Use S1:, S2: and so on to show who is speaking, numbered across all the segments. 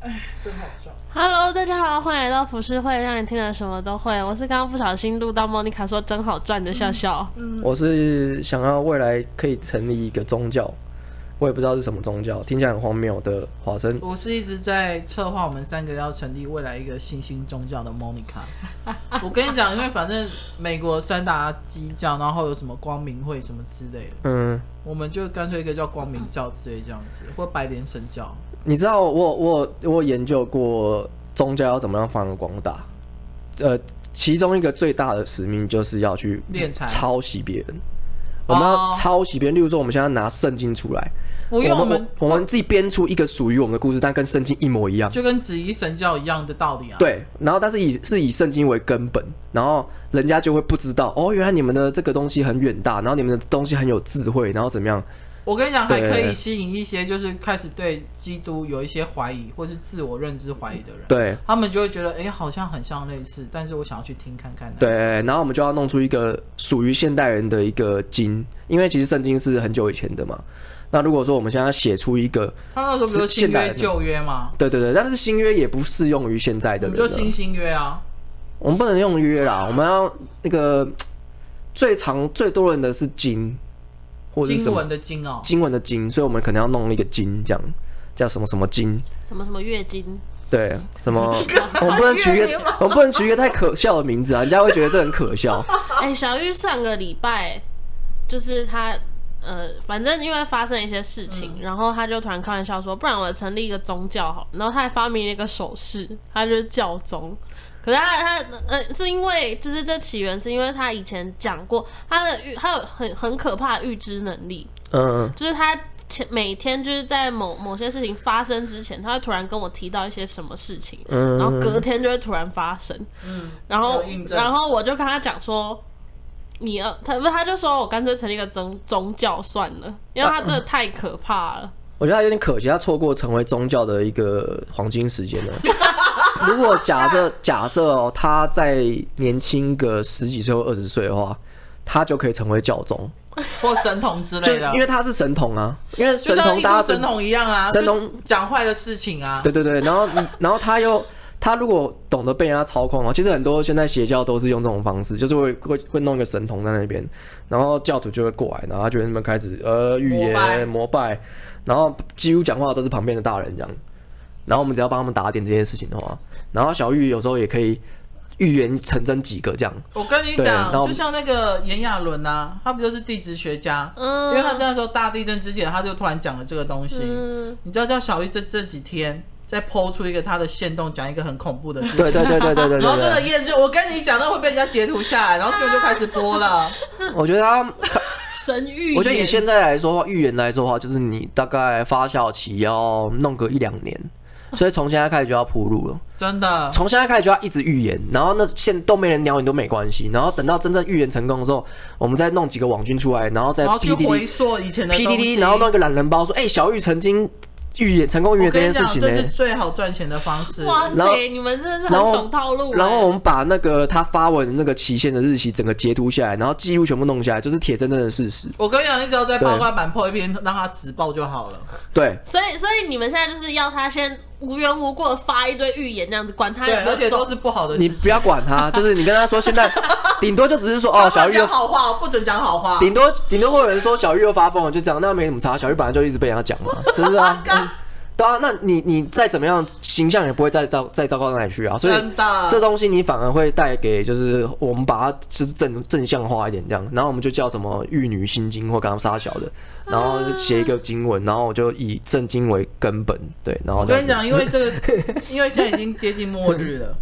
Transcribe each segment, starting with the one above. S1: 哎，真好笑。
S2: Hello，大家好，欢迎来到浮世会，让你听了什么都会。我是刚刚不小心录到莫妮卡说真好赚的笑笑。
S3: 我是想要未来可以成立一个宗教，我也不知道是什么宗教，听起来很荒谬的华生。
S1: 我是一直在策划我们三个要成立未来一个新兴宗教的 Monica。我 跟你讲，因为反正美国三大基教，然后有什么光明会什么之类的，
S3: 嗯，
S1: 我们就干脆一个叫光明教之类这样子，或白莲神教。
S3: 你知道我我我有研究过宗教要怎么样发扬光大，呃，其中一个最大的使命就是要去
S1: 敛财
S3: 抄袭别人。我们要
S1: 哦
S3: 抄袭别人，例如说我们现在拿圣经出来，
S1: 我用我
S3: 我啊
S1: 们
S3: 我我们自己编出一个属于我们的故事，但跟圣经一模一样。
S1: 就跟紫衣神教一样的道理啊。，
S3: 对，然后但是以是以圣经为根本，然后人家就会不知道哦，原来你们的这个东西很远大，然后你们的东西很有智慧，然后怎么样？
S1: 我跟你讲，还可以
S3: 对
S1: 吸引一些就是开始对基督有一些怀疑或是自我认知怀疑的人，
S3: 对
S1: 他们就会觉得，哎，好像很像类似，但是我想要去听看看。啊
S3: 对，，然后我们就要弄出一个属于现代人的一个经，因为其实圣经是很久以前的嘛。那如果说我们现在要写出一个，
S1: 他那时候不是
S3: 是
S1: 新
S3: 现代
S1: 约
S3: 人
S1: 旧约嘛，
S3: 对对对，但是新约也不适用于现在
S1: 我
S3: 的
S1: 们
S3: 人
S1: 就
S3: 了，
S1: 新新约啊。
S3: 我们不能用约啦，我们要那个最常最多人的是经，或者是什
S1: 经
S3: 么
S1: 文的经哦，
S3: 经文的经，所以我们可能要弄一个经，这样叫什么什么经。
S2: 什么什么月经，
S3: 对，什么？我们不能取一个，我们不能取一个太可笑的名字啊，人家会觉得这很可笑。
S2: 哎、小玉上个礼拜就是他呃，反正因为发生一些事情，然后他就突然开玩笑说，不然我成立一个宗教好了，然后他还发明了一个手势，他就是教宗。可是他他呃是因为就是这起源是因为他以前讲过他的预他有很很可怕的预知能力，
S3: 嗯，
S2: 就是他前每天就是在某某些事情发生之前，他会突然跟我提到一些什么事情，
S3: 嗯
S2: 然后隔天就会突然发生，嗯，然后
S1: 有印证
S2: 然后我就跟他讲说。你要他不是他就说我干脆成立一个宗宗教算了，因为他真的太可怕了。
S3: 我觉得他有点可惜，他错过成为宗教的一个黄金时间了。如果假设假设哦，他在年轻个十几岁或二十岁的话，他就可以成为教宗，
S1: 或神童之
S3: 就
S1: 类的，
S3: 因为他是神童啊，因为
S1: 就
S3: 神
S1: 像
S3: 童
S1: 一
S3: 大家
S1: 跟
S3: 最
S1: 神童一样啊，
S3: 神童
S1: 就是讲坏的事情啊，
S3: 对对对，然后 然后他又他如果懂得被人家操控啊，其实很多现在邪教都是用这种方式，就是会会会弄一个神童在那边，然后教徒就会过来，然后他就那边开始呃预
S1: 膜拜
S3: 言膜拜，然后几乎讲话都是旁边的大人这样，然后我们只要帮他们打点这些事情的话，然后小玉有时候也可以预言成真几个这样，
S1: 我跟你
S3: 对
S1: 讲，
S3: 然后
S1: 就像那个炎亚纶啊，他不就是地质学家？
S2: 嗯
S1: 因为他在时候大地震之前，他就突然讲了这个东西。
S2: 嗯，
S1: 你知道，叫小玉这这几天在剖出一个他的线动，讲一个很恐怖的事情。
S3: 对对对对对对对
S1: 然后真的
S3: 对，
S1: 验证，我跟你讲，那会被人家截图下来，然后新闻就开始播 了。
S3: 我觉得他
S2: 神谕
S3: 我觉得以
S2: 言
S3: 现在来说话，预言来说话，就是你大概发酵期要弄个一两年，所以从现在开始就要铺路了。
S1: 真的，
S3: 从现在开始就要一直预言，然后那现都没人鸟你都没关系，然后等到真正预言成功的时候，我们再弄几个网军出来，然后再
S1: 然后去
S3: P D
S1: 回
S3: D
S1: 溯以前的
S3: P
S1: 东
S3: D
S1: 西
S3: D，然后弄一个懒人包说，哎、小玉曾经预言成功预言
S1: 我
S3: 这
S1: 跟你
S3: 件
S1: 讲
S3: 事，情呢、
S1: 这是最好赚钱的方式。
S2: 哇
S3: 然后
S2: 塞，你们真的是很
S3: 然后
S2: 懂套路欸。
S3: 然后我们把那个他发文的那个期限的日期整个截图下来，然后记录全部弄下来，就是铁铮铮的事实。
S1: 我跟你讲，你只要在
S3: 对
S1: 八卦版破一篇，让他直爆就好了。
S3: 对，
S2: 所以所以你们现在就是要他先无缘无故的发一堆预言这样子，管他
S1: 对，
S2: 有没
S1: 而且
S2: 有
S1: 都
S2: 中。
S1: 是不好的事
S3: 你
S1: 情。
S3: 不要管他，就是你跟他说现在，顶多就只是说哦，
S1: 不
S3: 小
S1: 能
S3: 玉又
S1: 讲好话，不准讲好话。
S3: 顶多顶多会有人说小玉又发疯了，就这样，那没什么差。小玉本来就一直被人家讲 嘛，真是啊。嗯对啊，那你你再怎么样形象也不会再糟再糟糕到哪里去啊，所以
S1: 真的
S3: 这东西你反而会带给就是我们把它就是正正向化一点这样，然后我们就叫什么玉女心经或刚刚杀小的，
S1: 嗯
S3: 然后就写一个经文，然后我就以正经为根本，对，然后
S1: 我
S3: 这样
S1: 跟
S3: 子
S1: 你讲，因为这个， 因为现在已经接近末日 了。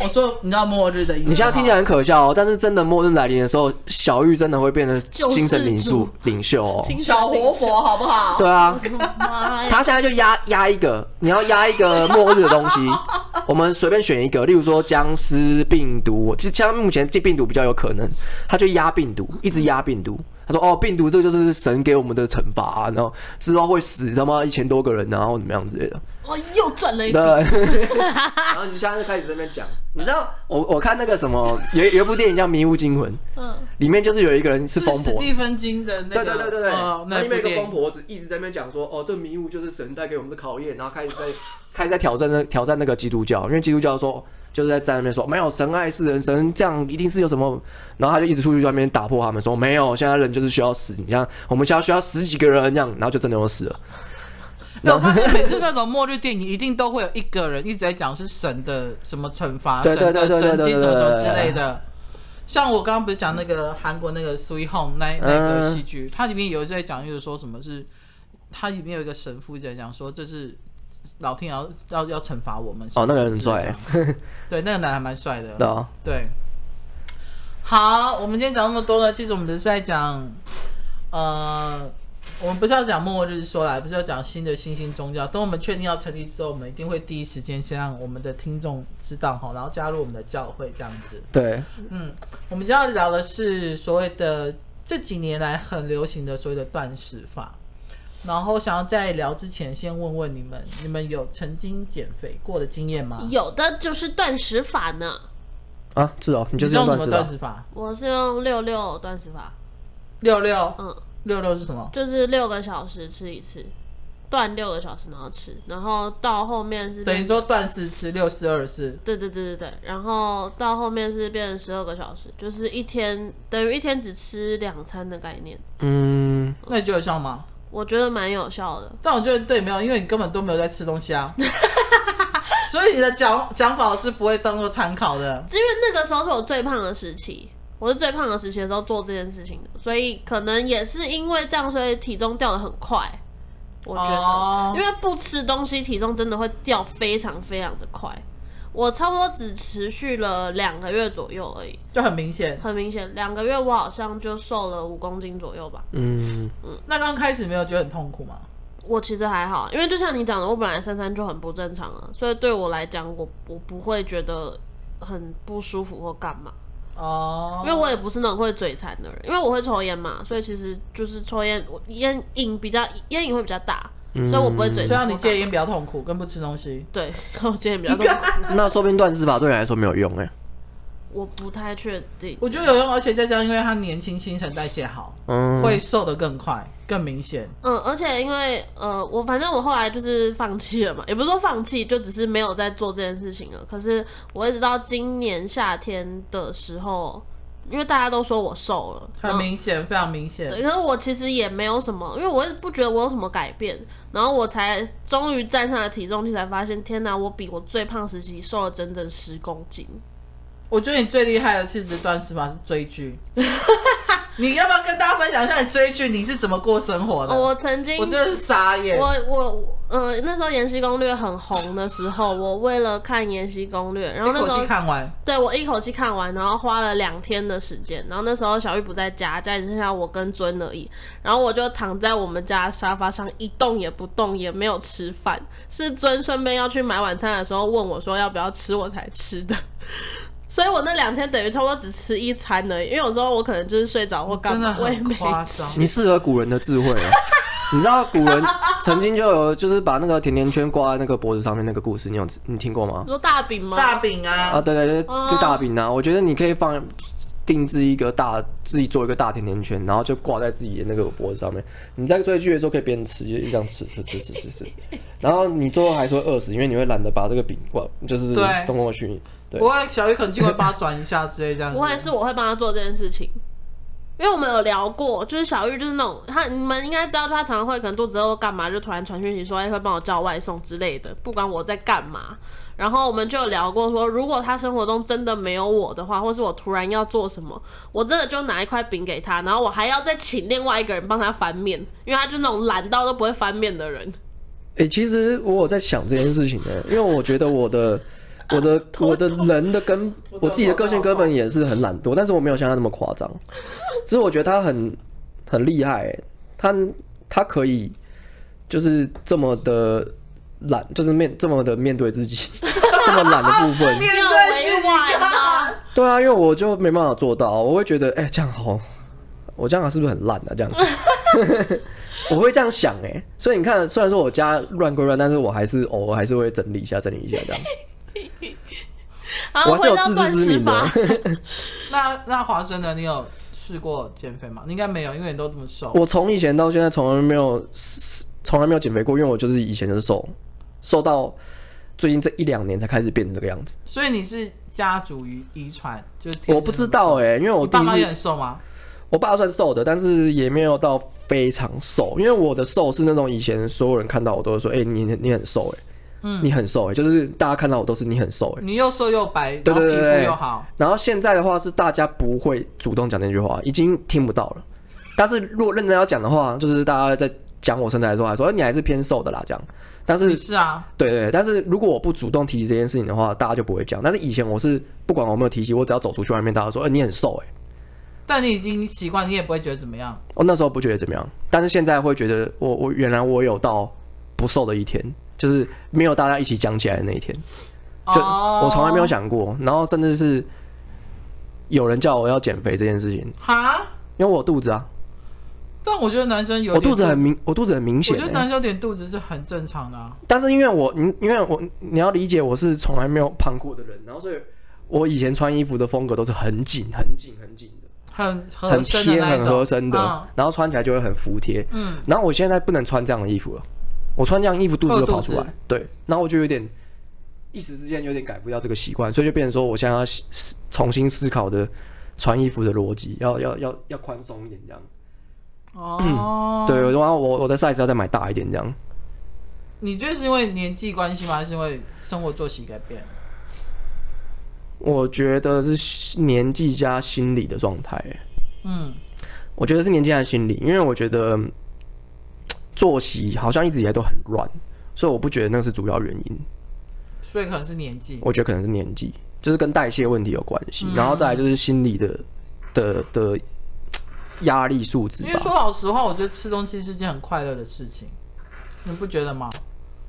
S1: 我说，你知道末日的意思？
S3: 你现在听起来，很可笑哦，但是真的末日来临的时候，小玉真的会变成精神领
S2: 救世
S3: 袖领袖哦。
S1: 小活佛好不好？
S3: 对啊，
S2: 妈呀！
S3: 他现在就压压一个，你要压一个末日的东西， 我们随便选一个，例如说僵尸病毒，其实像目前这病毒比较有可能，他就压病毒，一直压病毒。他说：“哦，病毒这就是神给我们的惩罚、啊，然后之后会死他妈一千多个人，然后怎么样之类的。
S2: 哇，哦又赚了一笔。
S3: 对，然后你现在就开始在那边讲，你知道我我看那个什么有有一部电影叫《迷雾惊魂》，
S2: 嗯，
S3: 里面就是有一个人是疯
S1: 史
S3: 婆，
S1: 蒂芬金的那
S3: 对
S1: 个，
S3: 对对对对，
S1: 哦
S3: 那
S1: 那
S3: 里面有
S1: 部
S3: 一个
S1: 电
S3: 疯
S1: 影，
S3: 婆子一直在那边讲说，哦，这迷雾就是神带给我们的考验，然后开始在开始在挑战那挑战那个基督教，因为基督教说就是在在那边说没有神爱世人，神这样一定是有什么，然后他就一直出去外面打破他们说没有，现在人就是需要死，你像我们现在需要十几个人这样，然后就真的有死了，
S1: 那我发现每次那种末日电影，一定都会有一个人一直在讲是神的什么惩罚，
S3: 对对对
S1: 神
S3: 对
S1: 的神
S3: 对对
S1: 迹
S3: 对
S1: 什么什么
S3: 对
S1: 之
S3: 对
S1: 类的。像我刚刚不是讲那个韩国那个《Sweet Home 那》那个
S3: 嗯
S1: 戏剧，它里面有一直在讲，就是说什么是，它里面有一个神父一直在讲说这是老天要要要惩罚我们。
S3: 哦，那个人很帅，
S1: 对，那个男的还蛮帅的。
S3: 对啊，
S1: 对，好，我们今天讲那么多呢，其实我们只是在讲，呃，我们不是要讲末日说来，不是要讲新的新兴宗教。等我们确定要成立之后，我们一定会第一时间先让我们的听众知道哈，然后加入我们的教会这样子。
S3: 对，
S1: 嗯，我们今天要聊的是所谓的这几年来很流行的所谓的断食法。然后想要在聊之前，先问问你们，你们有曾经减肥过的经验吗？
S2: 嗯有的就是断食法呢，
S3: 啊，是哦，你就是
S1: 你
S3: 用
S1: 是什
S3: 断食
S1: 么
S3: 吧
S1: 断，食法？
S2: 我是用六六断食法，
S1: 六六，
S2: 嗯，
S1: 六六是什么？
S2: 就是六个小时吃一次，断六个小时然后吃，然后到后面是
S1: 等于
S2: 变，
S1: 说断食吃六四二四，
S2: 对对对对对，然后到后面是变成十二个小时，就是一天等于一天只吃两餐的概念，
S3: 嗯，
S1: 那你觉得有效吗？
S2: 我觉得蛮有效的。
S1: 但我觉得对没有，因为你根本都没有在吃东西啊， 所以你的讲讲法是不会当做参考的。
S2: 因为那个时候是我最胖的时期，我是最胖的时期的时候做这件事情的，所以可能也是因为这样，所以体重掉的很快。我觉得
S1: 哦
S2: 因为不吃东西，体重真的会掉非常非常的快。我差不多只持续了两个月左右而已，
S1: 就很明显。
S2: 很明显，两个月我好像就瘦了五公斤左右吧。
S3: 嗯，
S1: 那刚开始没有觉得很痛苦吗？
S2: 我其实还好，因为就像你讲的，我本来三三就很不正常了，所以对我来讲，我我不会觉得很不舒服或干嘛。
S1: 哦，
S2: 因为我也不是那种会嘴馋的人，因为我会抽烟嘛，所以其实就是抽烟，我烟瘾比较烟瘾会比较大，
S3: 嗯
S2: 所以我不会嘴馋。
S1: 虽然你戒烟比较痛苦，跟不吃东西，
S2: 对，我戒烟比较多，
S3: 那说不定断食法对你来说没有用哎、
S2: 我不太确定。
S1: 我觉得有用，而且再加上因为他年轻，新陈代谢好，
S3: 嗯，
S1: 会瘦得更快、更明显。
S2: 嗯，而且因为呃，我反正我后来就是放弃了嘛，也不是说放弃，就只是没有在做这件事情了。可是我一直到今年夏天的时候，因为大家都说我瘦了，
S1: 很
S2: 然后
S1: 明显，非常明显。
S2: 对，可是我其实也没有什么，因为我也不觉得我有什么改变，然后我才终于站上了体重计，才发现天哪，我比我最胖时期瘦了整整十公斤。
S1: 我觉得你最厉害的其实断食法是追剧。你要不要跟大家分享一下你追剧你是怎么过生活的？
S2: 哦我曾经，
S1: 我真的是傻眼。
S2: 我我呃那时候《延禧攻略》很红的时候，我为了看《延禧攻略》，然后
S1: 一
S2: 那时
S1: 口
S2: 候
S1: 气看完，
S2: 对我一口气看完，然后花了两天的时间。然后那时候小玉不在家，家里只剩下我跟尊而已。然后我就躺在我们家沙发上一动也不动，也没有吃饭。是尊顺便要去买晚餐的时候问我说要不要吃，我才吃的。 所以我那两天等于差不多只吃一餐而已，因为有时候我可能就是睡着或干
S1: 真的
S2: 嘛，我也
S1: 很
S2: 没
S1: 夸
S2: 吃。
S1: 张。
S3: 你适合古人的智慧啊！ 你知道古人曾经就有，就是把那个甜甜圈挂在那个脖子上面那个故事，你有你听过吗
S2: 你？说大饼吗？
S1: 大饼啊，
S3: 啊，对对对，
S2: 哦
S3: 就大饼啊！我觉得你可以放定制一个大，自己做一个大甜甜圈，然后就挂在自己的那个脖子上面。你在追剧的时候可以边吃，就这样吃吃吃吃吃吃，然后你最后还是会饿死，因为你会懒得把这个饼挂，就是
S1: 对
S3: 动过去。对
S1: 我，会小鱼可能就会帮他转一下之类这样子。
S2: 我也是，我会帮他做这件事情。因为我们有聊过，就是小玉就是那种他，你们应该知道，就他常常会可能肚子饿或干嘛，就突然传讯息说，哎、会帮我叫外送之类的，不管我在干嘛。然后我们就有聊过说，如果他生活中真的没有我的话，或是我突然要做什么，我真的就拿一块饼给他，然后我还要再请另外一个人帮他翻面，因为他就那种懒到都不会翻面的人。
S3: 诶，其实我有在想这件事情呢、因为我觉得我的、我的、我的人的根，我自己的个性根本也是很懒惰，但是我没有像他那么夸张。只是我觉得他很很厉害、欸，他他可以就是这么的懒，就是面这么的面对自己， 这么懒的部分。
S1: 面
S2: 要
S1: 对自
S2: 委
S1: 己
S2: 婉
S1: 看。
S2: 啊，
S3: 对啊，因为我就没办法 做到，我会觉得，哎、这样好，我这样是不是很烂啊？这样，我会这样想哎、所以你看，虽然说我家乱归乱，但是我还是偶尔还是会整理一下，整理一下这样。
S2: 然
S1: 啊
S2: 后
S3: 我还
S2: 回
S3: 是有
S2: 到
S3: 自
S2: 断
S3: 知之
S2: 食
S3: 明的
S2: 法，。
S1: 那那华生呢？你有试过减肥吗？你应该没有，因为你都这么瘦。
S3: 我从以前到现在从来没有从来没有减肥过，因为我就是以前就是瘦，瘦到最近这一两年才开始变成这个样子。
S1: 所以你是家族遗遗传，就是天生
S3: 我不知道哎、因为我
S1: 你
S3: 弟
S1: 爸妈也
S3: 是
S1: 很瘦吗？
S3: 我爸算瘦的，但是也没有到非常瘦，因为我的瘦是那种以前所有人看到我都会说，哎、你你很瘦哎、
S1: 嗯
S3: 你很瘦哎、就是大家看到我都是你很瘦哎、
S1: 你又瘦又白，然
S3: 对
S1: 后
S3: 对
S1: 皮
S3: 对
S1: 肤
S3: 对
S1: 又好，
S3: 然后现在的话是大家不会主动讲那句话，已经听不到了。但是如果认真要讲的话，就是大家在讲我身材的时候，还说哎你还是偏瘦的啦这样。但是
S1: 你是啊，
S3: 对对，但是如果我不主动提起这件事情的话，大家就不会讲。但是以前我是不管我有没有提起，我只要走出去外面，大家说：“哎、你很瘦哎、
S1: 但你已经习惯，你也不会觉得怎么样。
S3: 我哦那时候不觉得怎么样，但是现在会觉得我我原来我有到不瘦的一天，就是没有大家一起讲起来的那一天，就
S1: 哦
S3: 我从来没有想过。然后甚至是有人叫我要减肥这件事情，
S1: 哈，
S3: 因为我有肚子啊，
S1: 但我觉得男生有
S3: 我
S1: 点
S3: 肚子很明，我肚子很明
S1: 我
S3: 显、
S1: 觉得
S3: 欸。
S1: 男生有点肚子是很正常的、啊。
S3: 但是因为我，你因为我你要理解，我是从来没有胖过的人，然后所以我以前穿衣服的风格都是很紧、很紧、很紧的。
S1: 很
S3: 很
S1: 合身的
S3: 贴、
S1: 那一
S3: 很
S1: 种，
S3: 合身的，
S1: 嗯
S3: 然后穿起来就会很服帖。
S1: 嗯，
S3: 然后我现在不能穿这样的衣服了，我穿这样衣哦服肚子就跑出
S1: 会有
S3: 来
S1: 肚子，
S3: 对，然后我就有点一时之间有点改不掉这个习惯，所以就变成说我现在要思重新思考的穿衣服的逻辑，要要要要宽松一点这样。
S1: 哦，
S3: 对，然后我我的 size 要再买大一点这样。
S1: 你觉得是因为年纪关系吗？还是因为生活作息改变？
S3: 我觉得是年纪加心理的状态、欸
S1: 嗯，
S3: 我觉得是年纪和心理，因为我觉得嗯作息好像一直以来都很乱，所以我不觉得那是主要原因。
S1: 所以可能是年纪。
S3: 我觉得可能是年纪，就是跟代谢问题有关
S1: 嗯
S3: 系，然后再来就是心理的的的嘖压力数值
S1: 因为说
S3: 吧。
S1: 老实话，我觉得吃东西是件很快乐的事情，你不觉得 吗？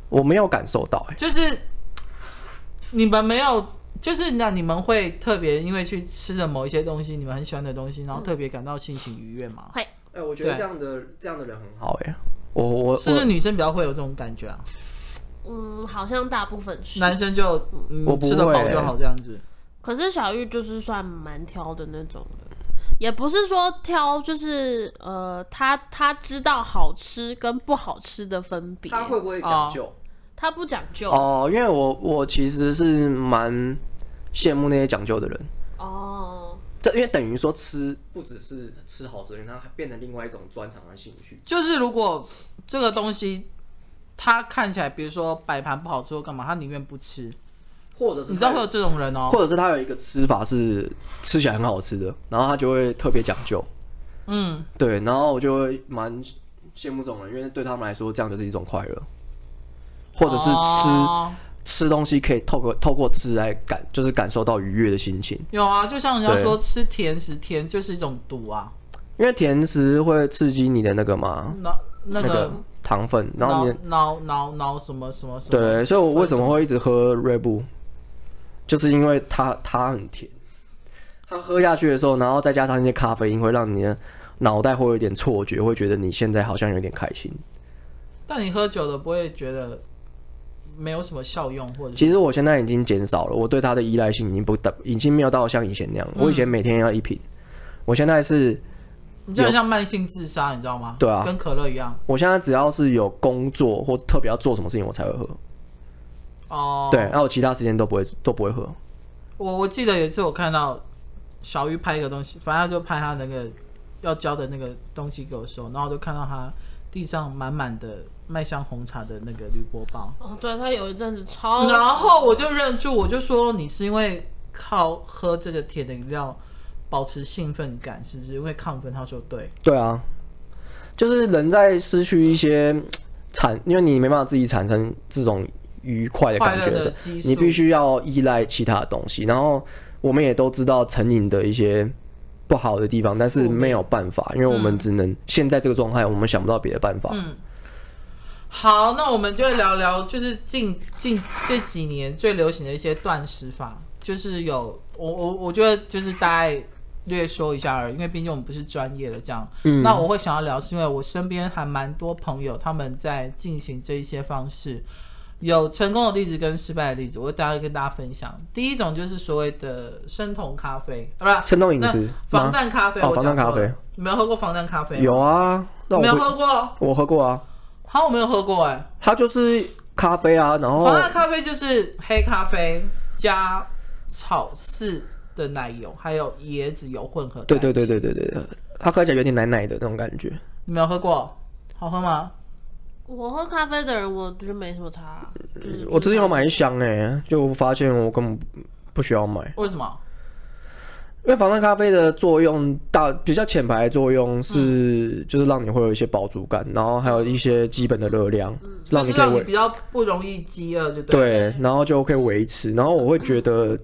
S3: 我没有感受到、欸，
S1: 就是你们没有，就是那你们会特别因为去吃了某一些东西，你们很喜欢的东西，然后特别感到心情愉悦吗？
S3: 哎、我
S1: 觉得这
S3: 样的这样的人很好、欸，哎，我我
S1: 是不是
S3: 我
S1: 女生比较会有这种感觉啊？
S2: 嗯，好像大部分是。
S1: 男生就嗯
S3: 我不
S1: 吃得饱
S3: 会
S1: 就好这样子。
S2: 可是小玉就是算蛮挑的那种的，也不是说挑，就是呃，他他知道好吃跟不好吃的分别，
S3: 不会
S1: 讲究？
S2: 他不讲究哦
S3: 哦、因为我我其实是蛮羡慕那些讲究的人。
S2: 哦
S3: 这因为等于说吃不只是吃好吃，它还变成另外一种专长和兴趣。
S1: 就是如果这个东西它看起来，比如说摆盘不好吃或干嘛，他宁愿不吃。
S3: 或者是
S1: 你知道会有这种人哦
S3: 或，者是他有一个吃法是吃起来很好吃的，然后他就会特别讲究。
S1: 嗯，
S3: 对，然后我就会蛮羡慕这种人，因为对他们来说，这样就是一种快乐，或者是吃、
S1: 哦
S3: 吃东西可以透过透过吃来感，就是感受到愉悦的心情。
S1: 有啊，就像人家
S3: 对
S1: 说吃甜食甜就是一种毒啊，
S3: 因为甜食会刺激你的那个嘛，
S1: 脑那
S3: 那
S1: 个
S3: 糖分，然
S1: 脑
S3: 后你的
S1: 脑脑脑什么什么什么，
S3: 对，所以我为什么会一直喝瑞布，就是因为它它很甜，它喝下去的时候，然后再加上一些咖啡因，会让你的脑袋会有一点错觉，会觉得你现在好像有点开心。
S1: 但你喝酒了不会觉得没有什么效用，或者是
S3: 其实我现在已经减少了，我对它的依赖性已经不大，已经没有到像以前那样。
S1: 嗯
S3: 我以前每天要一瓶，我现在是，
S1: 你就很像慢性自杀，你知道吗？
S3: 对啊
S1: 跟可乐一样
S3: 我现在只要是有工作或特别要做什么事情，我才会喝。
S1: 哦。
S3: 对，啊然后我其他时间都不会都不会喝。
S1: 我我记得有一次我看到小鱼拍一个东西，反正他就拍他那个要交的那个东西给我收，然后我就看到他地上满满的麦香红茶的那个铝箔包，
S2: 哦，对他有一阵子超，
S1: 然后我就认住，我就说你是因为靠喝这个甜的饮料保持兴奋感，是不是因为亢奋？他说对，
S3: 对啊，就是人在失去一些嗯产，因为你没办法自己产生这种愉快的感觉
S1: 快乐的
S3: 时候
S1: 激素
S3: 你必须要依赖其他的东西。然后我们也都知道成瘾的一些不好的地方，但是没有办法，因为我
S1: 嗯
S3: 们只能现在这个状态，我们想不到别的办法。
S1: 好，那我们就聊聊，就是近近这几年最流行的一些断食法，就是有我我我觉得就是大概略说一下而已，因为毕竟我们不是专业的这样。
S3: 嗯
S1: 那我会想要聊，是因为我身边还蛮多朋友他们在进行这一些方式，有成功的例子跟失败的例子，我会大概跟大家分享。第一种就是所谓的生酮咖啡，啊 不是
S3: 生酮饮食
S1: 那防弹咖啡，
S3: 吗哦
S1: 我讲
S3: 防弹咖啡
S1: 错了，你没有喝过防弹咖啡吗？
S3: 有啊，那
S1: 没有
S3: 我
S1: 喝
S3: 会
S1: 过？
S3: 我喝过啊，
S1: 好，我没有喝过哎、
S3: 它就是咖啡啊，然后
S1: 黄辣咖啡就是黑咖啡加草饲的奶油，还有椰子油混合。
S3: 对对对，对对对对，它喝起来有点奶奶的那种感觉。
S1: 你没有喝过，好喝吗？
S2: 我喝咖啡的人，我觉得没什么差啊、
S1: 嗯
S2: 就是
S3: 我之前有买一箱哎、就发现我根本不需要买，
S1: 为什么？
S3: 因为防弹咖啡的作用大比较浅白的作用
S1: 嗯
S3: 是，就是让你会有一些饱足感，然后还有一些基本的热量，让
S1: 嗯就
S3: 你
S1: 是
S3: 可以
S1: 让你
S3: 维
S1: 比较不容易饥饿，就对。
S3: 对，然后就可以维持。然后我会觉得，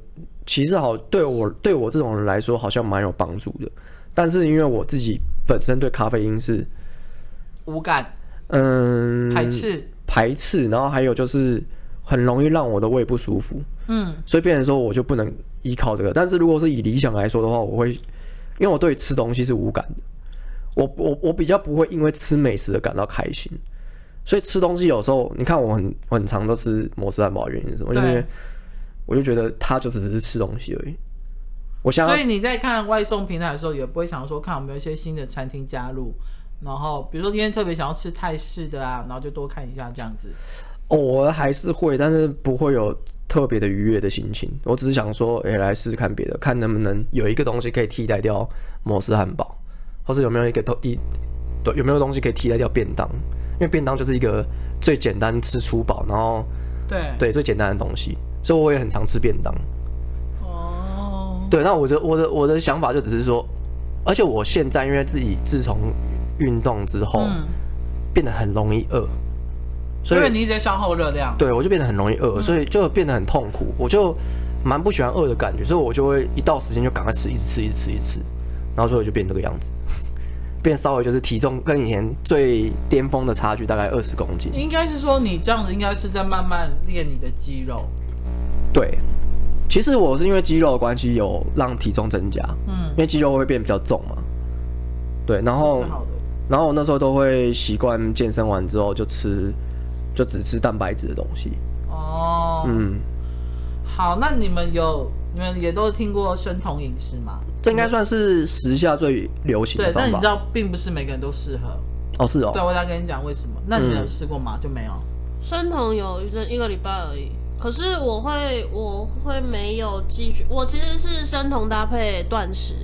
S3: 其实好对我对我这种人来说好像蛮有帮助的，但是因为我自己本身对咖啡因是
S1: 无感、
S3: 嗯
S1: 排斥，
S3: 排斥，然后还有就是很容易让我的胃不舒服，
S1: 嗯，
S3: 所以变成说我就不能依靠这个。但是如果是以理想来说的话，我会因为我对吃东西是无感的，我我我比较不会因为吃美食而感到开心。所以吃东西有时候，你看我很我很常都吃摩斯汉堡，原因是什么？就是因为
S1: 对
S3: 我就觉得它就只是吃东西而已。我想
S1: 所
S3: 要
S1: 以你在看外送平台的时候，也不会想说看有没有一些新的餐厅加入。然后，比如说今天特别想要吃泰式的啊，然后就多看一下这样子。
S3: 偶尔还是会，但是不会有特别的愉悦的心情。我只是想说，哎、来试试看别的，看能不能有一个东西可以替代掉摩斯汉堡，或是有没有一个东一对有没有东西可以替代掉便当，因为便当就是一个最简单吃粗饱，然后
S1: 对，
S3: 对最简单的东西，所以我也很常吃便当。
S1: 哦，
S3: 对，那我的我的我的想法就只是说，而且我现在因为自己自从运动之后、
S1: 嗯，
S3: 变得很容易饿，所
S1: 所
S3: 以
S1: 以你一直在消耗热量。
S3: 对我就变得很容易
S1: 嗯
S3: 饿，所以就变得很痛苦，我就蛮不喜欢饿的感觉，所以我就会一到时间就赶快吃，一直吃，一直吃，一直吃，然后所以我就变这个样子， 变稍微就是体重跟以前最巅峰的差距大概二十公斤，
S1: 应该是说你这样子应该是在慢慢练你的肌肉。
S3: 对。其实我是因为肌肉的关系有让体重增加，
S1: 嗯
S3: 因，为肌肉会变比较重嘛，对，然后
S1: 这是好的。
S3: 然后我那时候都会习惯健身完之后就吃，就只吃蛋白质的东西，
S1: 哦，
S3: 嗯，
S1: 好，那你们有你们也都听过生酮饮食吗？
S3: 这应该算是时下最流行
S1: 对
S3: 的，
S1: 但
S3: 方
S1: 你
S3: 法
S1: 知。道并不是每个人都适合。
S3: 哦，嗯是哦，
S1: 对，我再跟你讲为什么。那你们有试过吗？就没有。
S2: 生酮有一阵一个礼拜而已。可是我会，我会没有继续。我其实是生酮搭配断食，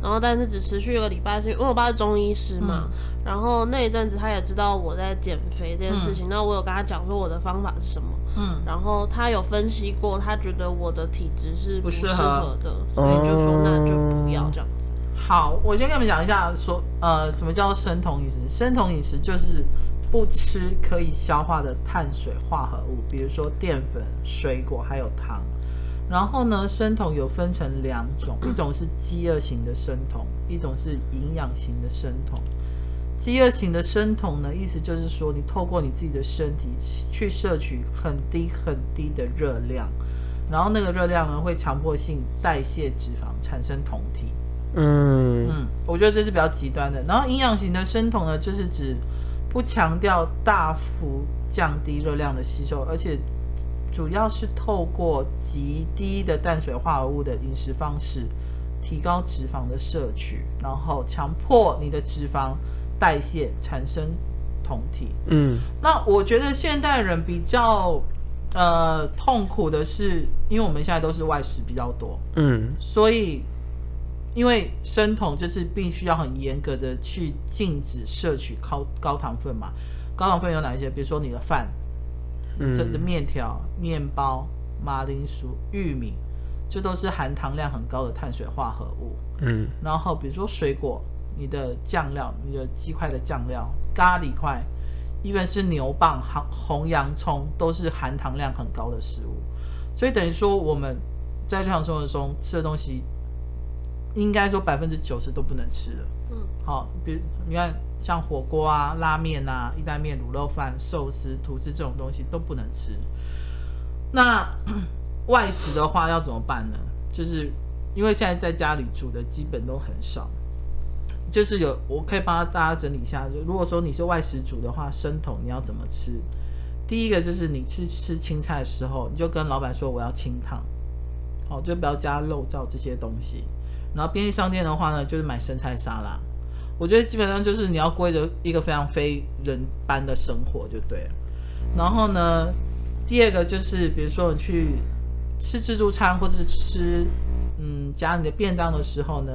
S2: 然后但是只持续一个礼拜，是因为我爸是中医师嘛。然后那一阵子他也知道我在减肥这件事情，那我有跟他讲说我的方法是什么，
S1: 嗯，
S2: 然后他有分析过，他觉得我的体质是
S1: 不
S2: 不
S1: 适
S2: 适
S1: 合
S2: 合的，所以就说那就不要这样子。
S1: 好，我先跟你们讲一下说，呃，什么叫做生酮饮食？生酮饮食就是不吃可以消化的碳水化合物，比如说淀粉、水果还有糖。然后呢，生酮有分成两种，一种是饥饿型的生酮，一种是营养型的生酮。饥饿型的生酮呢，意思就是说，你透过你自己的身体去摄取很低很低的热量，然后那个热量呢会强迫性代谢脂肪，产生酮体。
S3: 嗯，
S1: 嗯，我觉得这是比较极端的。然后营养型的生酮呢，就是指不强调大幅降低热量的吸收，而且主要是透过极低的碳水化合物的饮食方式，提高脂肪的摄取，然后强迫你的脂肪代谢产生酮体。
S3: 嗯，
S1: 那我觉得现代人比较呃痛苦的是，因为我们现在都是外食比较多，
S3: 嗯，
S1: 所以，因为生酮就是必须要很严格的去禁止摄取高高糖分嘛。高糖分有哪一些？比如说你的饭、
S3: 嗯，
S1: 这的面条、面包、马铃薯、玉米，这都是含糖量很高的碳水化合物。
S3: 嗯，
S1: 然后比如说水果，你的酱料，你的鸡块的酱料、咖喱块，一般是牛蒡、红红洋葱，都是含糖量很高的食物。所以等于说我们在日常生活中吃的东西，应该说百分之九十都不能吃了。
S2: 嗯，
S1: 好，比如你看像火锅啊、拉面啊、意大利面、卤肉饭、寿司、吐司这种东西都不能 吃。那外食的话要怎么办呢？就是因为现在在家里煮的基本都很少。就是有，我可以帮大家整理一下。就如果说你是外食煮的话，生酮你要怎么吃？第一个就是你吃吃青菜的时候，你就跟老板说我要清汤，好，就不要加肉燥这些东西。然后便利商店的话呢，就是买生菜沙拉。我觉得基本上就是你要过着一个非常非人般的生活就对了。然后呢，第二个就是比如说你去吃自助餐或者是吃嗯夹你的便当的时候呢，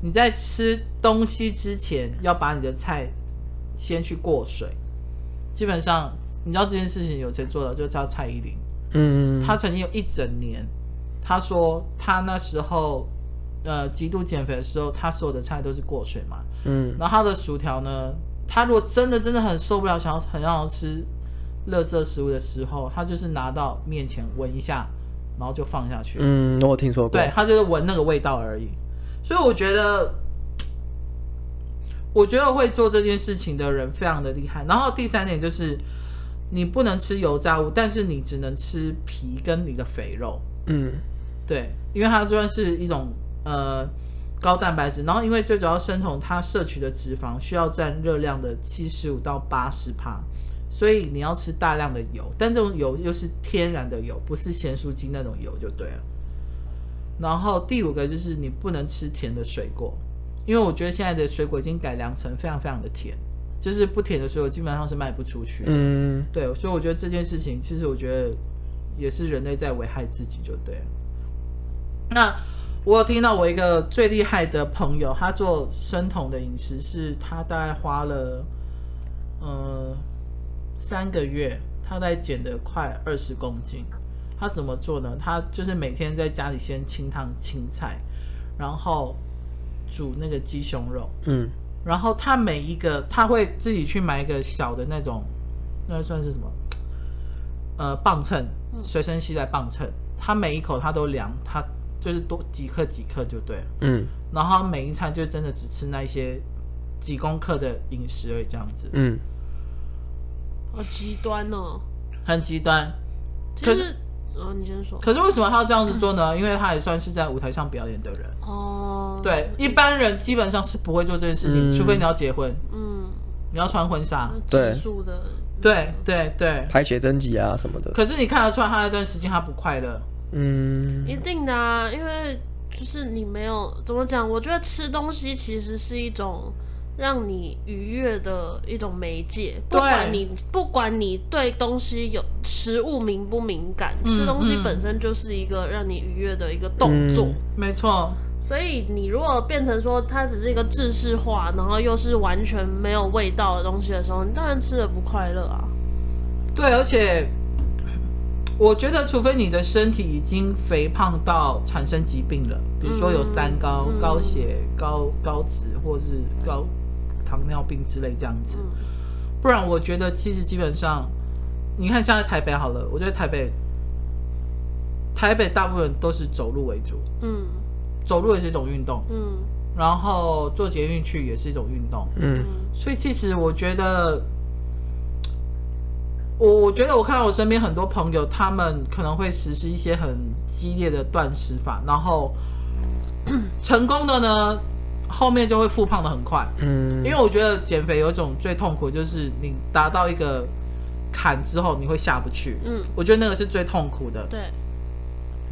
S1: 你在吃东西之前要把你的菜先去过水。基本上你知道这件事情有谁做的，就叫蔡依林。
S3: 嗯，
S1: 他曾经有一整年，他说他那时候呃极度减肥的时候，他所有的菜都是过水嘛。
S3: 嗯
S1: 然后他的薯条呢，他如果真的真的很受不了，想要很想要吃垃圾食物的时候，他就是拿到面前闻一下，然后就放下去。
S3: 嗯，我有听说过。
S1: 对，他就是闻那个味道而已。所以我觉得，我觉得会做这件事情的人非常的厉害。然后第三点就是，你不能吃油炸物，但是你只能吃皮跟你的肥肉。
S3: 嗯
S1: 对，因为它算是一种呃高蛋白质，然后因为最主要生酮它摄取的脂肪需要占热量的七十五到八十帕，所以你要吃大量的油，但这种油又是天然的油，不是咸酥鸡那种油就对了。然后第五个就是你不能吃甜的水果，因为我觉得现在的水果已经改良成非常非常的甜，就是不甜的水果基本上是卖不出去。
S3: 嗯，
S1: 对，所以我觉得这件事情，其实我觉得也是人类在危害自己，就对了。那我有听到我一个最厉害的朋友，他做生酮的饮食，是他大概花了呃三个月，他在减的快二十公斤。他怎么做呢？他就是每天在家里先清汤青菜，然后煮那个鸡胸肉，
S3: 嗯
S1: 然后他每一个他会自己去买一个小的那种，那算是什么？呃，磅秤，随身携带磅秤。他每一口他都量，他就是多几克几克就对了。
S3: 嗯
S1: 然后他每一餐就真的只吃那一些几公克的饮食而已，这样子
S3: 嗯，
S2: 好极端哦。
S1: 很极端。
S2: 其
S1: 可
S2: 实，哦，你先说。
S1: 可是为什么他要这样子做呢？因为他也算是在舞台上表演的人。
S2: 哦，，
S1: 对，一般人基本上是不会做这件事情，
S3: 嗯
S1: 除非你要结婚，
S2: 嗯，
S1: 你要穿婚纱。
S3: 对
S2: 吃素啊的，
S1: 对对对。
S3: 拍写真集啊什么的。
S1: 可是你看得出来，他那段时间他不快乐。
S3: 嗯
S2: 一定的啊，因为就是你没有怎么讲，我觉得吃东西其实是一种让你愉悦的一种媒介，不
S1: 对
S2: 管你不管你对东西有食物敏不敏感，
S1: 嗯
S2: 吃东西
S1: 嗯
S2: 本身就是一个让你愉悦的一个动作。
S3: 嗯
S1: 没错，
S2: 所以你如果变成说它只是一个制式化，然后又是完全没有味道的东西的时候，你当然吃的不快乐啊。
S1: 对，而且我觉得，除非你的身体已经肥胖到产生疾病了，比如说有三高、
S2: 嗯嗯
S1: 高血、高高脂或是高糖尿病之类这样子，
S2: 嗯
S1: 不然我觉得其实基本上，你看像在台北好了，我觉得台北台北大部分都是走路为主，
S2: 嗯
S1: 走路也是一种运动，
S2: 嗯
S1: 然后坐捷运去也是一种运动，
S3: 嗯
S2: 嗯
S1: 所以其实我觉得，我我觉得我看到我身边很多朋友，他们可能会实施一些很激烈的断食法，然后成功的呢，后面就会复胖的很快。
S3: 嗯，
S1: 因为我觉得减肥有一种最痛苦，就是你达到一个坎之后，你会下不去。
S2: 嗯，
S1: 我觉得那个是最痛苦的，
S2: 对，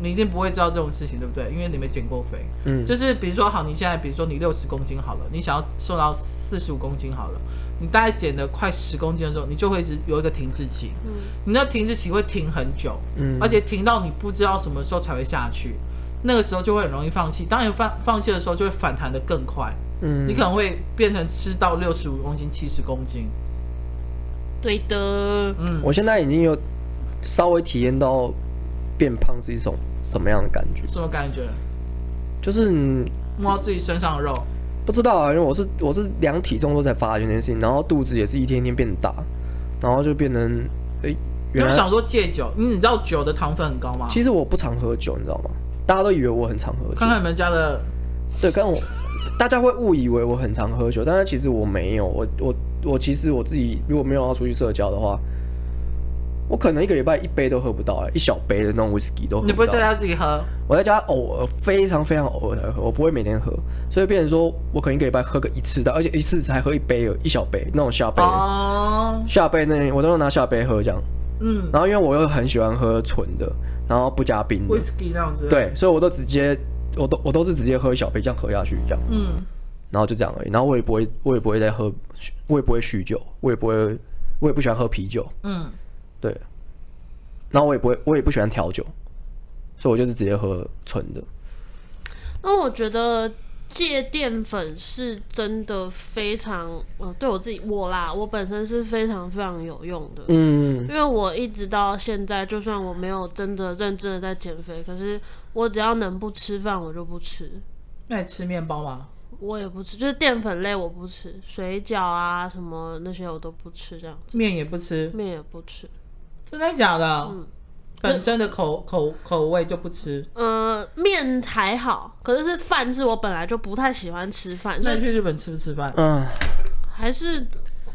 S1: 你一定不会知道这种事情，对不对？因为你没减过肥。
S3: 嗯
S1: 就是比如说，好，你现在比如说你六十公斤好了，你想要瘦到四十五公斤好了，你大概减了快十公斤的时候，你就会一直有一个停滞期，
S2: 嗯
S1: 你那停滞期会停很久，
S3: 嗯，
S1: 而且停到你不知道什么时候才会下去，那个时候就会很容易放弃。当你放放弃的时候，就会反弹的更快，
S3: 嗯，
S1: 你可能会变成吃到六十五公斤、七十公斤。
S2: 对的，
S1: 嗯，
S3: 我现在已经有稍微体验到变胖是一种什么样的感觉，
S1: 什么感觉？
S3: 就是你
S1: 摸到自己身上的肉，
S3: 不知道啊，因为我是我是量体重都才发现这件事情，然后肚子也是一天一天变大，然后就变成诶、
S1: 你
S3: 原
S1: 有
S3: 来
S1: 想说戒酒？你知道酒的糖分很高吗？
S3: 其实我不常喝酒，你知道吗？大家都以为我很常喝酒
S1: 看，看你们家的，
S3: 对，跟我大家会误以为我很常喝酒，但是其实我没有，我我我其实我自己如果没有要出去社交的话，我可能一个礼拜一杯都喝不到、欸，一小杯的那种 whisky 都喝
S1: 你不
S3: 不
S1: 会叫
S3: 到。
S1: 他自己喝？
S3: 我在家偶尔非常非常偶尔才喝，我不会每天喝，所以变成说我可能一个礼拜喝个一次到，而且一次才喝一杯而已，一小杯那种下杯，
S1: 哦，
S3: 下杯那我都拿下杯喝这样。
S1: 嗯
S3: 然后因为我又很喜欢喝纯的，然后不加冰的，
S1: ，whisky 那样子。，
S3: 对，所以我都直接，我都我都是直接喝一小杯这样喝下去这样，
S1: 嗯，
S3: 然后就这样而已。然后我也不会，我也不会再喝，我也不会酗酒，我也不会，我也不喜欢喝啤酒，
S1: 嗯，
S3: 对。然后我也不会，我也不喜欢调酒，所以我就是直接喝纯的。
S2: 那我觉得戒淀粉是真的非常，呃，对我自己我啦，我本身是非常非常有用的，
S3: 嗯，
S2: 因为我一直到现在，就算我没有真的认真的在减肥，可是我只要能不吃饭，我就不吃。
S1: 那你吃面包吗？
S2: 我也不吃，就是淀粉类我不吃，水饺啊什么那些我都不吃，这样
S1: 面也不吃，
S2: 面也不吃。
S1: 真的假的？
S2: 嗯
S1: 本身的口口口味就不吃。
S2: 呃，面还好，可是是饭是我本来就不太喜欢吃饭，所
S1: 那你
S2: 以
S1: 去日本吃不吃饭？
S3: 嗯，
S2: 还是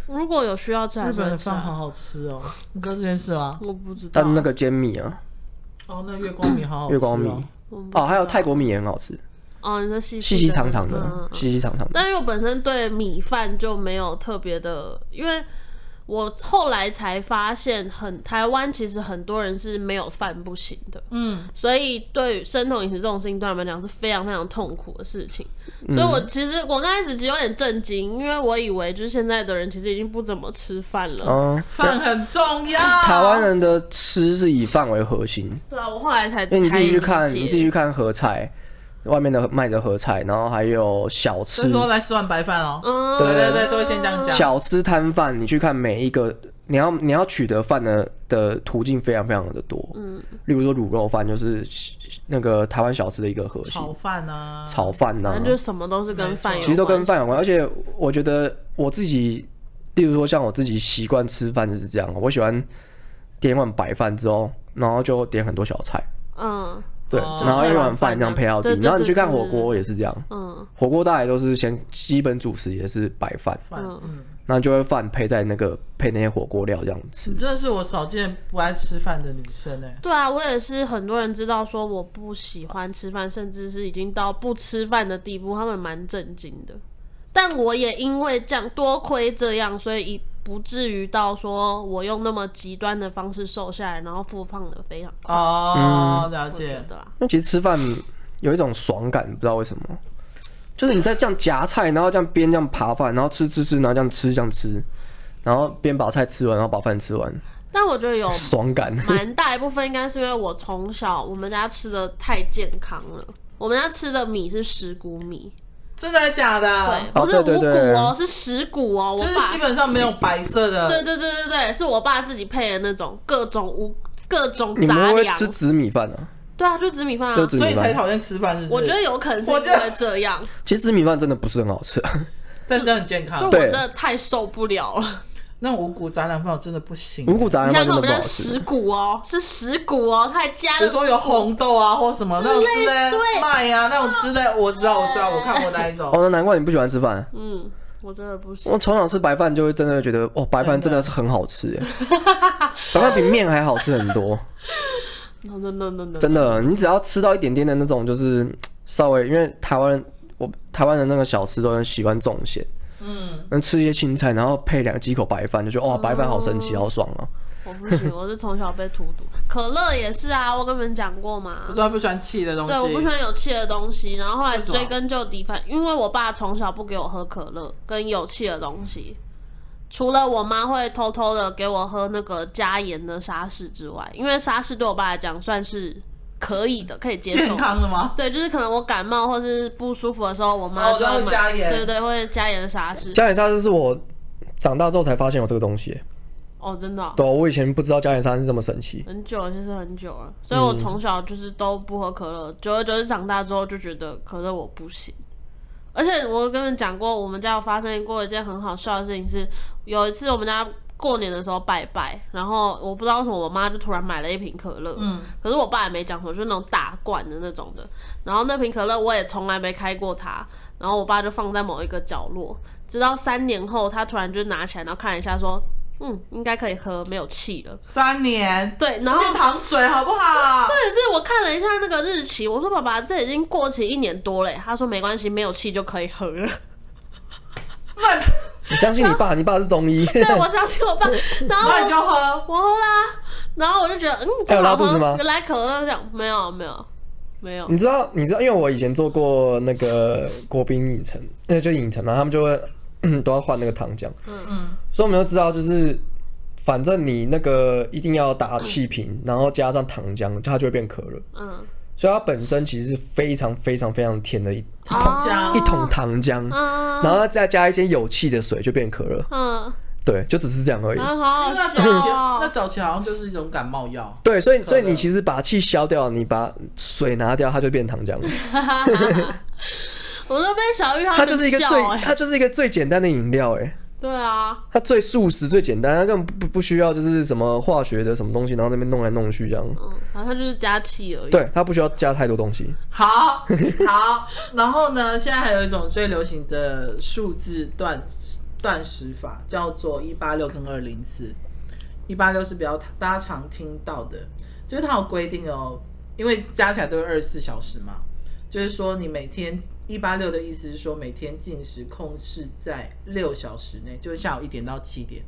S2: 如果有需要吃还
S1: 日
S2: 是
S1: 本
S2: 会
S1: 的
S2: 吃
S1: 饭好
S2: 啊。
S1: 好吃哦，你知道这件事吗？
S2: 我不知道，
S3: 但那个煎米啊，
S1: 哦，那月光米好好吃、哦。
S3: 月光米，
S2: 我不知道
S3: 哦，还有泰国米也很好吃，
S2: 哦，你说细
S3: 细细长长
S2: 嗯嗯
S3: 的，
S2: 嗯
S3: 细细长长的。
S2: 但因为我本身对米饭就没有特别的，因为我后来才发现很，台湾其实很多人是没有饭不行的，
S1: 嗯，
S2: 所以对于生酮饮食这种事情对他们来讲是非常非常痛苦的事情。
S3: 嗯
S2: 所以我其实我刚开始只有点震惊，因为我以为就是现在的人其实已经不怎么吃饭了。
S3: 嗯，
S1: 饭很重要。
S3: 台湾人的吃是以饭为核心，
S2: 对啊，我后来才
S3: 因为你自己去看，
S2: 才理解
S3: 你自己去看合菜，外面的卖的合菜，然后还有小
S1: 所
S3: 吃
S1: 以，说来吃碗白饭哦。
S2: 嗯，
S3: 对
S1: 对对，都会先这样讲。
S3: 小吃摊贩，你去看每一个，你要你要取得饭的的途径非常非常的多，嗯，例如说卤肉饭就是那个台湾小吃的一个核心
S1: 炒，饭啊，
S3: 呃炒饭呐、
S2: 反正就是什么都是跟饭有关系，
S3: 其实都跟饭有关，而且我觉得我自己，例如说像我自己习惯吃饭就是这样，我喜欢点一碗白饭之后，然后就点很多小菜。
S2: 嗯
S3: 对，
S1: 哦
S3: 然后一碗饭这样配到底
S2: 对，对
S3: 然后你去看
S2: 对对
S3: 火锅也是这样，
S2: 嗯
S3: 火锅大概都是先基本主食也是白饭，
S1: 饭
S2: 嗯
S1: 嗯，
S3: 那就会饭配在那个配那些火锅料这样吃
S1: 你。真的是我少见不爱吃饭的女生哎、
S2: 对啊，我也是很多人知道说我不喜欢吃饭，甚至是已经到不吃饭的地步，他们蛮震惊的。但我也因为这样，多亏这样，所以不至于到说我用那么极端的方式瘦下来，然后复胖的非常快。
S3: 嗯
S1: 哦，了
S2: 我觉
S1: 解。
S2: 得啦，
S3: 因为其实吃饭有一种爽感，不知道为什么，就是你在这样夹菜，然后这样边这样扒饭，然后吃吃吃，然后这样吃这样吃，然后边把菜吃完，然后把饭吃完，
S2: 但我觉 得有
S3: 爽 感。
S2: 蛮大一部分应该是因为我从小我们家吃的太健康了，我们家吃的米是十谷米，
S1: 真的假的
S2: 对，？不是
S3: 对
S2: 五
S3: 对
S2: 谷
S3: 对
S2: 哦，是十谷哦。我
S1: 啊就是
S2: 爸
S1: 基本上没有白色的。
S2: 对对对对对，是我爸自己配的那种各种无各种
S3: 你们
S2: 杂
S3: 会不会
S2: 粮。
S3: 吃紫米饭啊？
S2: 对啊，就紫米饭啊
S3: 就。紫
S1: 所
S3: 米
S1: 以才
S3: 饭，
S1: 讨厌吃饭，是不是？
S2: 我觉得有可能是
S1: 我
S2: 因
S1: 觉得
S2: 为这样，
S3: 其实紫米饭真的不是很好吃。
S1: 但真的很健康
S2: 就我。
S3: 对
S2: 真的太受不了了。
S1: 那五谷杂粮饭我真的不行。
S3: 五谷杂
S2: 你
S3: 粮
S2: 像跟我
S3: 饭真的
S2: 们家
S3: 不好吃
S2: 十。谷哦，是十谷哦，他还加
S1: 比
S2: 了
S1: 如说有红豆啊，或什么那种之类
S2: 之类对
S1: 麦啊那种之类，我知道我知道，我看过那一种
S3: 哦，。那难怪你不喜欢吃饭。
S2: 嗯，我真的不行。
S3: 我从小吃白饭就会真的觉得，哦，白饭真的是很好吃哎，白饭比面还好吃很多，
S2: no no no no no，
S3: 真的。你只要吃到一点点的那种，就是嗯稍微，因为台湾人，我台湾的那个小吃都很喜欢重咸，
S1: 嗯，
S3: 能吃一些青菜，然后配两几口白饭，就觉得哇，哦白饭好神奇，好爽啊！
S2: 我不行，我是从小被荼毒。可乐也是啊，我跟你们讲过嘛
S1: 我。说他不喜欢气的东西。
S2: 对，我不喜欢有气的东西。然后后来
S1: 为什么
S2: 追根究底，反因为我爸从小不给我喝可乐跟有气的东西，除了我妈会偷偷的给我喝那个加盐的沙士之外，因为沙士对我爸来讲算是可以的，可以接
S1: 健
S2: 受。
S1: 康的吗？
S2: 对，就是可能我感冒或是不舒服的时候，我妈
S1: 哦
S2: 就
S1: 然后
S2: 买
S1: 加盐
S2: 对对对，会加盐沙士。
S3: 加点沙司是我长大之后才发现有这个东西，
S2: 哦，真的哦、
S3: 对啊，我以前不知道加点沙司是这么神奇。
S2: 很久了，其实很久了，所以我从小就是都不喝可乐，久而久之长大之后就觉得可乐我不行。而且我跟你们讲过，我们家有发生过一件很好笑的事情是，有一次我们家过年的时候拜拜，然后我不知道为什么我妈就突然买了一瓶可乐，
S1: 嗯，
S2: 可是我爸也没讲什么，就是那种大罐的那种的。然后那瓶可乐我也从来没开过它，然后我爸就放在某一个角落，直到三年后他突然就拿起来，然后看了一下说：“嗯，应该可以喝，没有气了。
S1: 三年，
S2: 对，然后
S1: 变糖水好不好？
S2: 重点是我看了一下那个日期，我说爸爸，这已经过期一年多嘞。他说没关系，没有气就可以喝 了。
S1: 那
S3: 你相信你爸，你爸是中医，
S2: 对，我相信我爸。然后
S1: 那你就
S2: 我
S1: 喝，
S2: 我喝啦，然后我就觉得嗯，
S3: 还有
S2: 真好
S3: 拉肚子
S2: 喝
S3: 吗
S2: 原来可乐这样没有没有没有，
S3: 你知道，你知道，因为我以前做过那个国宾影城，那就影城嘛，他们就会 都要换那个糖浆，嗯
S1: 嗯
S3: 嗯，所以我们就知道，就是反正你那个一定要打气瓶，然后加上糖浆，它就会变可乐，
S2: 嗯，
S3: 所以它本身其实是非常非常非常甜的一
S1: 一
S2: 哦
S1: 桶浆
S3: 一桶糖浆，
S2: 嗯
S3: 然后再加一些有气的水就变可乐，
S2: 嗯，
S3: 对，就只是这样而已。
S2: 然后好好
S1: 那
S2: 笑
S1: 早期那
S2: 哦，
S1: 早期好像就是一种感冒药。
S3: 对，所以所以
S1: 可
S3: 你
S1: 乐
S3: 其实把气消掉，你把水拿掉，它就变糖浆了。
S2: 我都被小 玉他
S3: 它
S2: 们
S3: 就是一个
S2: 笑
S3: 最
S2: 哎
S3: 它就是一个最简单的饮料、哎。
S2: 对啊，
S3: 它最素食、最简单，它根本不不不需要就是什么化学的什么东西，然后那边弄来弄去这样。
S2: 嗯，然后就是加气而已，
S3: 对，它不需要加太多东西。
S1: 好，好，然后呢，现在还有一种最流行的数字断断食法，叫做一八六跟二零四。一八六是比较大家常听到的，就是它有规定哦，因为加起来都是二十四小时嘛，就是说你每天一八六的意思是说每天进食控制在六小时内，就是下午一点到七点。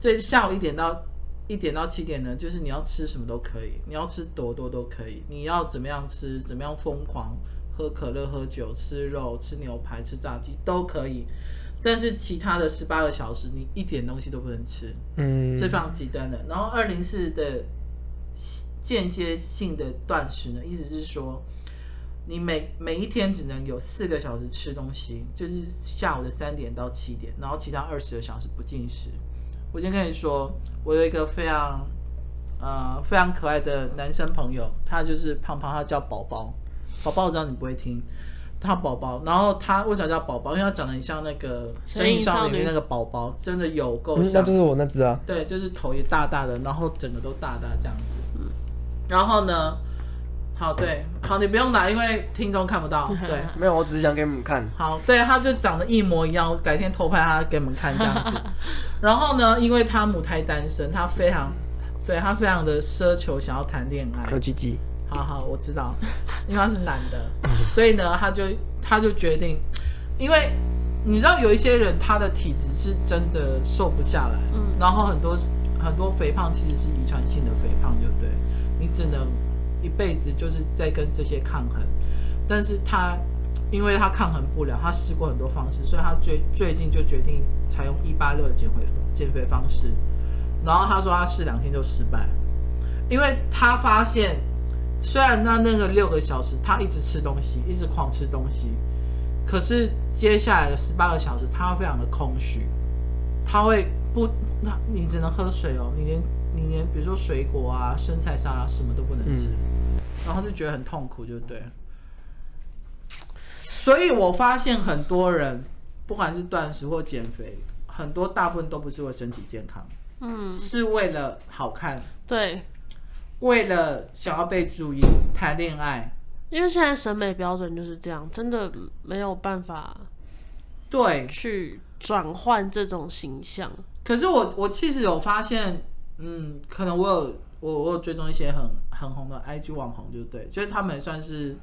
S1: 这下午一点到一点到七点呢，就是你要吃什么都可以，你要吃多多都可以，你要怎么样吃，怎么样疯狂喝可乐、喝酒、吃肉、吃牛排、吃炸鸡都可以。但是其他的十八个小时，你一点东西都不能吃，
S3: 嗯，
S1: 这非常极端的。然后二零四的间歇性的断食呢，意思是说，你每每一天只能有四个小时吃东西，就是下午的三点到七点，然后其他二十个小时不进食。我先跟你说，我有一个非常呃非常可爱的男生朋友，他就是胖胖，他叫宝宝。宝宝，我知道你不会听，他宝宝。然后他为什么叫宝宝？因为他长得很像那个《
S2: 神
S1: 神隐
S2: 隐
S1: 少
S2: 少
S1: 女》
S2: 女
S1: 那个宝宝，真的有够
S3: 嗯
S1: 像。
S3: 那就是我那只啊。
S1: 对，就是头也大大的，然后整个都大大这样子。然后呢，好对，好你不用拿，因为听众看不到。对，
S3: 没有，我只是想给你们看。
S1: 好，对，他就长得一模一样，我改天偷拍他给你们看这样子。然后呢，因为他母胎单身，他非常，对他非常的奢求想要谈恋爱
S3: 还有。鸡鸡，
S1: 好好，我知道，因为他是男的，所以呢，他就他就决定，因为你知道有一些人他的体质是真的瘦不下来，
S2: 嗯
S1: 然后很多很多肥胖其实是遗传性的肥胖，就对，你只能一辈子就是在跟这些抗衡，但是他因为他抗衡不了，他试过很多方式，所以他最最近就决定采用一八六的减肥减肥方式，然后他说他试两天就失败，因为他发现虽然那那个六个小时他一直吃东西，一直狂吃东西，可是接下来的十八个小时他会非常的空虚，他会不那你只能喝水哦，你连你连比如说水果啊、生菜沙拉什么都不
S3: 嗯
S1: 能吃，然后就觉得很痛苦，就对了。所以我发现很多人，不管是断食或减肥，很多大部分都不是为身体健康，
S2: 嗯，
S1: 是为了好看，
S2: 对，
S1: 为了想要被注意，谈恋爱。
S2: 因为现在审美标准就是这样，真的没有办法
S1: 对，
S2: 去转换这种形象，
S1: 可是我我其实有发现，嗯，可能我有我我有追踪一些很很红的 IG 网红，就对，就是他们也算是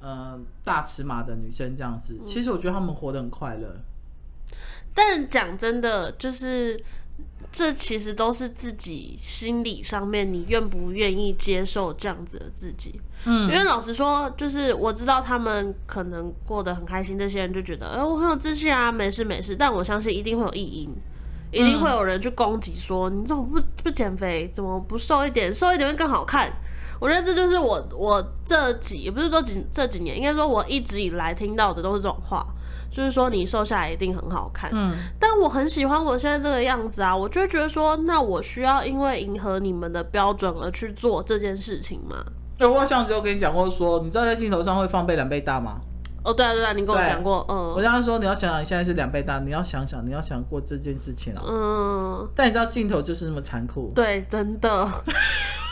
S1: 呃大尺码的女生这样子。其实我觉得他们活得很快乐，
S2: 但讲真的，就是这其实都是自己心理上面，你愿不愿意接受这样子的自己？
S1: 嗯
S2: 因为老实说，就是我知道他们可能过得很开心，这些人就觉得，哎、我很有自信啊，没事没事。但我相信一定会有异因，
S1: 嗯
S2: 一定会有人去攻击说，你怎么不不减肥？怎么不瘦一点？瘦一点会更好看。我觉得这就是我我这几也不是说几这几年，应该说我一直以来听到的都是这种话，就是说你瘦下来一定很好看。
S1: 嗯，
S2: 但我很喜欢我现在这个样子啊，我就会觉得说，那我需要因为迎合你们的标准而去做这件事情吗？
S1: 对，我好像只有跟你讲过说，你知道在镜头上会放倍两倍大吗？
S2: 哦，对啊，对啊，你跟我
S1: 对
S2: 讲过，
S1: 我
S2: 嗯
S1: 刚刚说你要想想你现在是两倍大，你要想想你要想过这件事情啊。
S2: 嗯，
S1: 但你知道镜头就是那么残酷，
S2: 对，真的。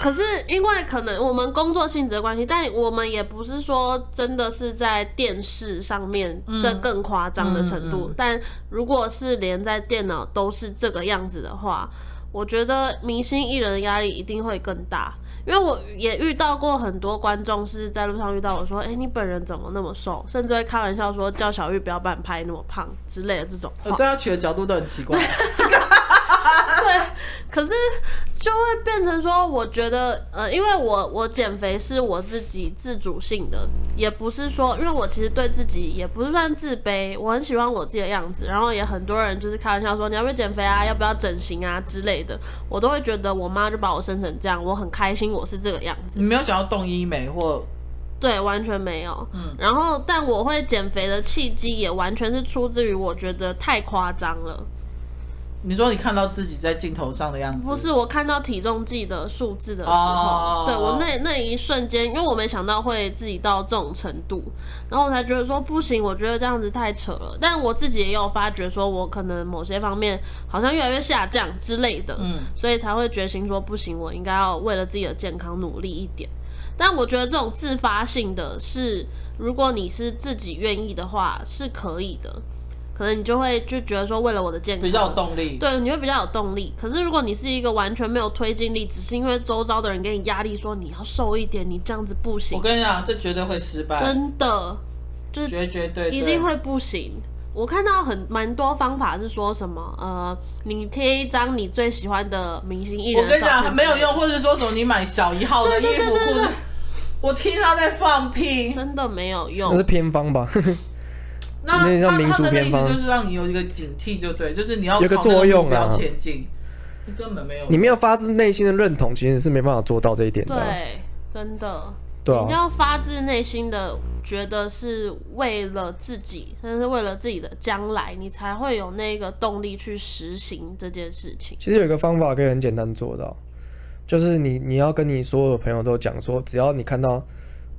S2: 可是因为可能我们工作性质的关系，但我们也不是说真的是在电视上面这更夸张的程
S1: 嗯
S2: 度，
S1: 嗯嗯嗯
S2: 但如果是连在电脑都是这个样子的话，我觉得明星艺人的压力一定会更大，因为我也遇到过很多观众是在路上遇到我说：“哎、你本人怎么那么瘦？”甚至会开玩笑说叫小玉不要半拍那么胖之类的这种
S1: 呃，
S2: 话。
S1: 对他取的角度都很奇怪。
S2: 可是就会变成说，我觉得呃，因为我我减肥是我自己自主性的，也不是说，因为我其实对自己也不是算自卑，我很喜欢我自己的样子，然后也很多人就是开玩笑说你要不要减肥啊，要不要整形啊之类的，我都会觉得我妈就把我生成这样，我很开心我是这个样子
S1: 你，没有想要动医美或
S2: 对，完全没有。然后但我会减肥的契机也完全是出自于我觉得太夸张了。
S1: 你说你看到自己在镜头上的样子，
S2: 不是我看到体重计的数字的时
S1: 哦
S2: 候，对我那那一瞬间，因为我没想到会自己到这种程度，然后我才觉得说不行，我觉得这样子太扯了。但我自己也有发觉，说我可能某些方面好像越来越下降之类的，
S1: 嗯
S2: 所以才会决心说不行，我应该要为了自己的健康努力一点。但我觉得这种自发性的是，如果你是自己愿意的话，是可以的。可能你就会就觉得说，为了我的健康，
S1: 比较有动力。，
S2: 对，你会比较有动力。可是如果你是一个完全没有推进力，只是因为周遭的人给你压力，说你要瘦一点，你这样子不行
S1: 我，跟你讲，这绝对会失败，
S2: 真的就是
S1: 绝绝对对
S2: 一定会不行。我看到很蛮多方法是说什么，呃，你贴一张你最喜欢的明星艺人，
S1: 我跟你讲，很没有用，，或者说什么你买小一号的衣
S2: 对对
S1: 服
S2: 对对
S1: 裤
S2: 对
S1: 子，我听他在放屁。
S2: 真的没有
S3: 那是
S2: 用。
S3: 偏方吧？
S1: 那
S3: 有点像
S1: 他
S3: 民
S1: 他
S3: 俗
S1: 的
S3: 偏
S1: 意
S3: 方
S1: 思就是让你有一个警惕，就对，就是你要
S3: 有
S1: 朝
S3: 个
S1: 那
S3: 作
S1: 目
S3: 用啊
S1: 标前进，你根本没有。
S3: 你没有发自内心的认同，其实是没办法做到这一点的啊。
S2: 对，真的，
S3: 对
S2: 你
S3: 啊，
S2: 要发自内心的觉得是为了自己，甚至是为了自己的将来，你才会有那个动力去实行这件事情。
S3: 其实有一个方法可以很简单做到，就是你你要跟你所有朋友都讲说，只要你看到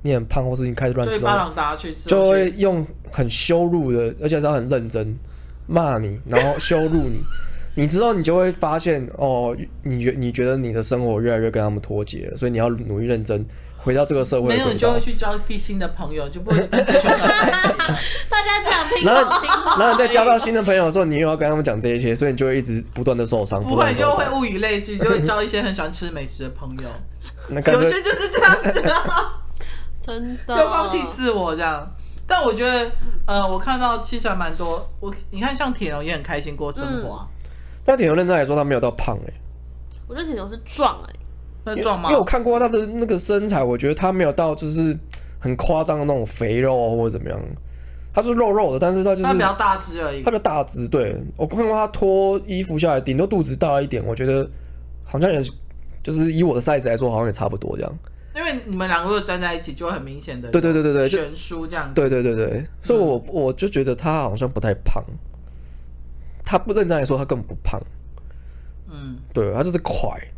S3: 你很胖，或是你开始乱
S1: 所
S3: 吃
S1: 以
S3: 东
S1: 巴
S3: 西，
S1: 掌打下去吃
S3: 就
S1: 东
S3: 会
S1: 西，
S3: 用很羞辱的，而且是很认真骂你，然后羞辱你。你之后你就会发现哦，你觉你觉得你的生活越来越跟他们脱节了，所以你要努力认真回到这个社会
S1: 没
S3: 的
S1: 有你
S3: 轨
S1: 就
S3: 道
S1: 会。去交一批新的朋友，就不会 跟这群人在一起
S2: 大家这样听
S3: 然
S2: 懂
S3: 后
S2: 听懂，
S3: 然后你在交到新的朋友的时候，你又要跟他们讲这一些，所以你就会一直不断的受伤，
S1: 不
S3: 断
S1: 会
S3: 的
S1: 就
S3: 受
S1: 会
S3: 伤。
S1: 物以类聚， 就会交一些很喜欢吃美食的朋友。
S3: 那干
S1: 有
S3: 脆
S1: 些就是这样子、 啊，
S2: 真的
S1: 就放弃自我这样。但我觉得，呃，我看到其实还蛮多，我你看像铁龙也很开心过生活、啊，
S3: 但挺有认真来说，他没有到胖哎、
S2: 我觉得挺牛是壮哎、
S1: 那
S3: 因为
S1: 壮吗
S3: 因为？我看过他的那个身材，我觉得他没有到就是很夸张的那种肥肉或者怎么样，他是肉肉的，但是他就是
S1: 他比较大只而已
S3: 他。的大只，对我看过他脱衣服下来，顶多肚子大一点，我觉得好像也是，就是以我的 size 来说，好像也差不多这样。
S1: 因为你们两个如果站在一起，就会很明显的
S3: 对对对对对就
S1: 悬殊这样子。
S3: 对对对对，所以我我就觉得他好像不太胖，他不认真来说，他根本不胖，
S1: 嗯，
S3: 对他就是快，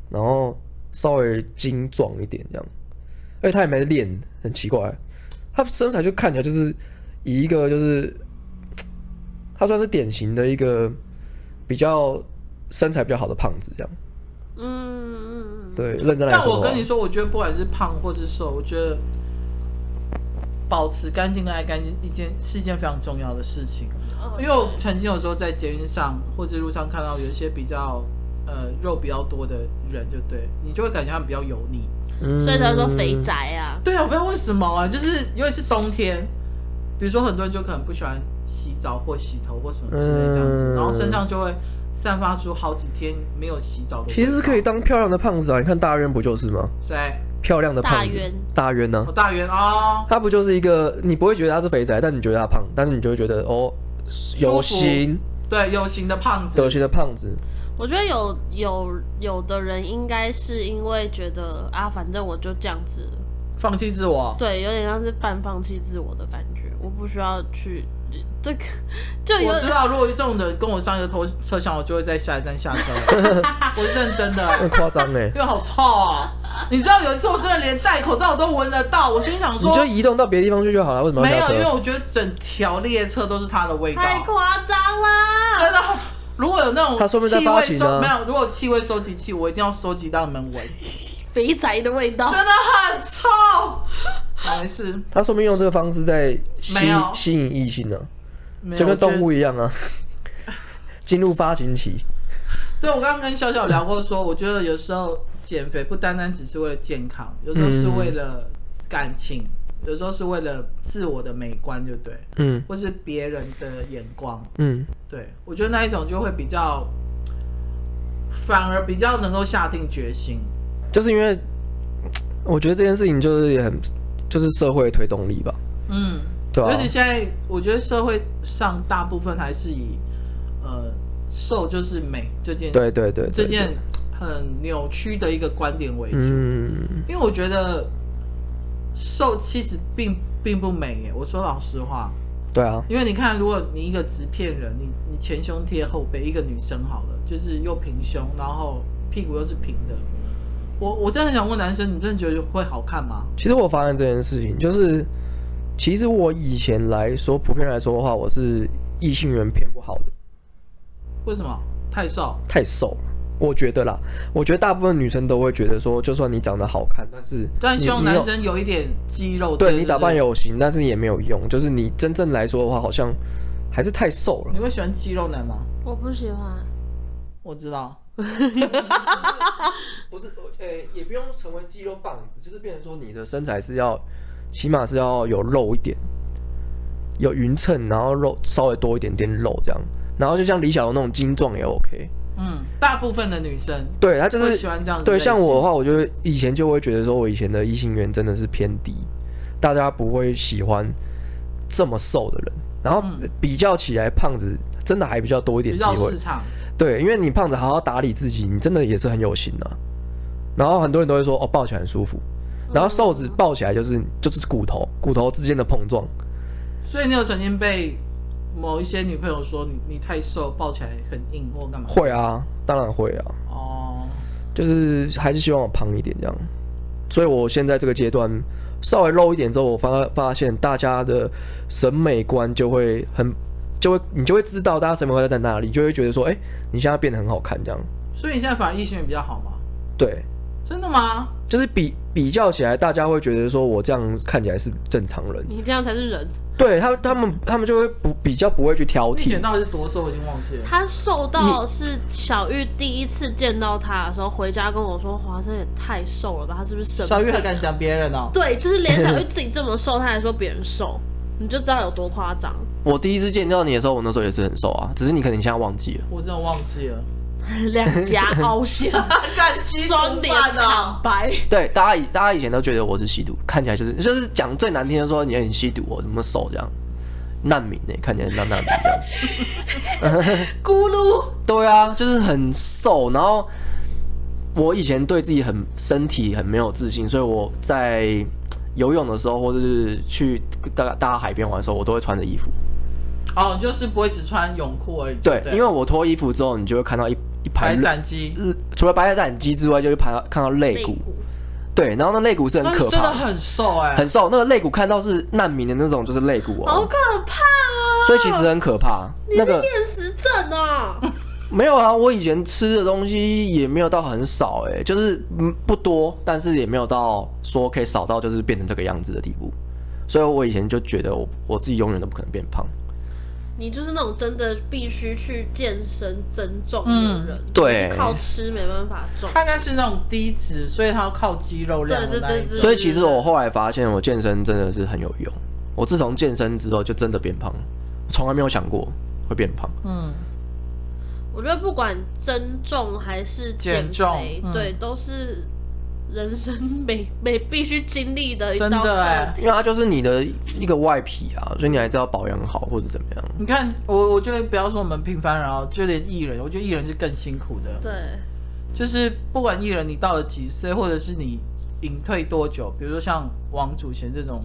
S3: 然后稍微精壮一点这样，而且他也没练，很奇怪，他身材就看起来就是以一个就是，他算是典型的一个比较身材比较好的胖子这样。
S2: 嗯嗯嗯，
S3: 对，认真来
S1: 但
S3: 说
S1: 我
S3: 啊的话
S1: 跟你，说，我觉得不管是胖或是瘦，我觉得保持干净跟爱干净一件是一件非常重要的事情。
S2: 哦
S1: 因为我曾经有时候在捷运上或者路上看到有一些比较呃肉比较多的人，就对你就会感觉他们比较油腻。
S3: 嗯
S2: 所以他说肥宅啊，
S1: 对啊，我不知道为什么啊，就是尤其是冬天，比如说很多人就可能不喜欢洗澡或洗头或什么之类这样子，
S3: 嗯
S1: 然后身上就会散发出好几天没有洗澡的味道。
S3: 其实是可以当漂亮的胖子啊！你看大渊不就是吗？
S1: 谁？
S3: 漂亮的胖子
S2: 大渊，
S3: 大渊呢、
S1: 我大圆哦，
S3: 他不就是一个你不会觉得他是肥宅，但你觉得他胖，但是你就会觉得哦，有型
S1: 对，有型的胖子
S3: 有。型的胖子，
S2: 我觉得有有有的人应该是因为觉得啊，反正我就这样子，
S1: 放弃自我，
S2: 对，有点像是半放弃自我的感觉，我不需要去这个，就有
S1: 我知道，如果这种人跟我上一个头车厢，我就会在下一站下 车了。我是认真的，
S3: 很夸张哎！
S1: 因为好臭啊！你知道有一次我真的连戴口罩我都闻得到，我心想
S3: 你
S1: 说
S3: 就移动到别的地方去就好了，为什么
S1: 没
S3: 要
S1: 有，
S3: 下
S1: 因为
S3: 车？
S1: 我觉得整条列车都是它的味道，
S2: 太夸张 啦，
S1: 真的。如果有那种
S3: 他说不定在
S1: 气
S3: 发
S1: 味
S3: 情
S1: 收
S3: 呢
S1: 没有，如果有气味收集器，我一定要收集到你们闻，
S2: 肥宅的味道
S1: 真，的很臭。 好没事，
S3: 他说明用这个方式在吸
S1: 没有
S3: 吸引异性呢、啊
S1: 没有
S3: 就跟动
S1: 我
S3: 物一样啊，进入发情期。
S1: 觉对，我刚刚跟笑笑聊过说我觉得有时候减肥不单单只是为了健康，有时候
S3: 嗯
S1: 是为了感情，有时候是为了自我的美观，就对，
S3: 嗯
S1: 或是别人的眼光。
S3: 嗯，
S1: 对我觉得那一种就会比较，反而比较能够下定决心。
S3: 就是因为我觉得这件事情就是也很就是社会推动力吧，
S1: 嗯，
S3: 对啊吧、
S1: 尤其现在，我觉得社会上大部分还是以呃瘦就是美这件
S3: 对对对对，
S1: 这
S3: 对
S1: 件很扭曲的一个观点为主，
S3: 嗯
S1: 因为我觉得瘦其实并并不美耶。我说老实话，
S3: 对啊，
S1: 因为你看，如果你一个直片人，你你前胸贴后背，一个女生好了，就是又平胸，然后屁股又是平的，我我真的很想问男生，你真的觉得会好看吗？
S3: 其实我发现这件事情，就是其实我以前来说，普遍来说的话，我是异性缘偏不好的，
S1: 为什么太瘦？
S3: 太瘦。我觉得啦，我觉得大部分女生都会觉得说，就算你长得好看，但是
S1: 但
S3: 你
S1: 啊希望
S3: 你有
S1: 男生有一点肌肉之类的，
S3: 对你打扮
S1: 有
S3: 有型，但是也没有用。就是你真正来说的话，好像还是太瘦了
S1: 你。会喜欢肌肉男吗？
S2: 我不喜欢。
S1: 我知道，
S3: 不是，呃、也不用成为肌肉棒子，就是变成说你的身材是要，起码是要有肉一点，有匀称，然后肉稍微多一点点肉这样。然后就像李小龙那种精壮也 OK。
S1: 嗯，大部分的女生
S3: 对他就
S1: 会
S3: 是
S1: 喜欢这样子。
S3: 对，像我的，话，我就以前就会觉得说，我以前的异性缘真的是偏低，大家不会喜欢这么瘦的人。然后
S1: 嗯
S3: 比较起来，胖子真的还比较多一点
S1: 比
S3: 机
S1: 较
S3: 会
S1: 市。场，
S3: 对，因为你胖子好好打理自己，你真的也是很有型啊。然后很多人都会说，哦，抱起来很舒服。然后瘦子抱起来就是就是骨头，骨头之间的碰撞。
S1: 所以你有曾经被某一些女朋友说你你太瘦，抱起来很硬或干嘛？
S3: 会啊，当然会啊，
S1: 哦，
S3: 就是还是希望我胖一点这样。所以我现在这个阶段稍微肉一点之后，我发发现大家的审美观就会很就会你就会知道大家审美观在哪里，你就会觉得说，哎、你现在变得很好看这样。
S1: 所以你现在反而异性缘比较好吗？
S3: 对，
S1: 真的吗？
S3: 就是比比较起来，大家会觉得说我这样看起来是正常人。
S2: 你这样才是人。
S3: 对他，他们他们就会不比较不会去挑
S1: 你以
S3: 剔
S1: 前。到底是多瘦，我已经忘记了。
S2: 他瘦到是小玉第一次见到他的时候，回家跟我说：“华生也太瘦了吧，他是不是生
S1: 小
S2: 病
S1: 玉还敢讲别人哦？
S2: 对，就是连小玉自己这么瘦，他还说别人 瘦，你就知道有多夸张。
S3: 我第一次见到你的时候，我那时候也是很瘦啊，只是你可能现在忘记了。
S1: 我真的忘记 了。
S2: 两颊凹陷，
S1: 敢
S3: 啊
S2: 双脸惨 白，
S3: 对，大家以大家以前都觉得我是吸毒，看起来就是就是讲最难听的说你很吸毒、哦，怎么瘦这样，难民呢、看起来像难民这样。
S2: 咕噜。
S3: 对啊，就是很瘦。然后我以前对自己很身体很没有自信，所以我在游泳的时候，或者是去大大家海边玩的时候，我都会穿着衣服。
S1: 哦，就是不会只穿泳裤而已。
S3: 对，
S1: 不
S3: 因为我脱衣服之后，你就会看到一一排
S1: 白
S3: 肋
S1: 斩鸡，
S3: 呃除了白斩鸡之外，就会看到看到肋骨。对，然后那肋骨是很
S1: 但是
S3: 可
S1: 真的
S3: 怕，
S1: 很瘦哎、
S3: 很瘦。那个肋骨看到是难民的那种，就是肋骨
S2: 好
S3: 哦，
S2: 可怕哦！
S3: 所以其实很可怕。
S2: 那
S3: 那个
S2: 厌食 症啊，
S3: 没有啊，我以前吃的东西也没有到很少、哎，就是嗯不多，但是也没有到说可以少到就是变成这个样子的地步。所以我以前就觉得我我自己永远都不可能变胖。
S2: 你就是那种真的必须去健身增重的人，
S1: 嗯
S3: 对
S2: 就是靠吃没办法重。
S1: 他应该是那种低脂，所以他要靠肌肉量的
S2: 对对
S1: 那一
S2: 对
S1: 种。
S2: 对
S3: 所以其实我后来发现，我健身真的是很有用。我自从健身之后，就真的变胖了，从来没有想过会变胖。
S1: 嗯，
S2: 我觉得不管增重还是减
S1: 减
S2: 肥，
S1: 重嗯
S2: 对，都是人生每 每必须经历的一
S1: 真
S2: 道
S1: 的
S2: 课
S1: 哎
S2: 题。
S3: 因为它就是你的一个外皮啊，所以你还是要保养好或者怎么样。
S1: 你看我，我觉得不要说我们平凡人哦，就连艺人，我觉得艺人是更辛苦的。
S2: 对，
S1: 就是不管艺人你到了几岁，或者是你隐退多久，比如说像王祖贤这种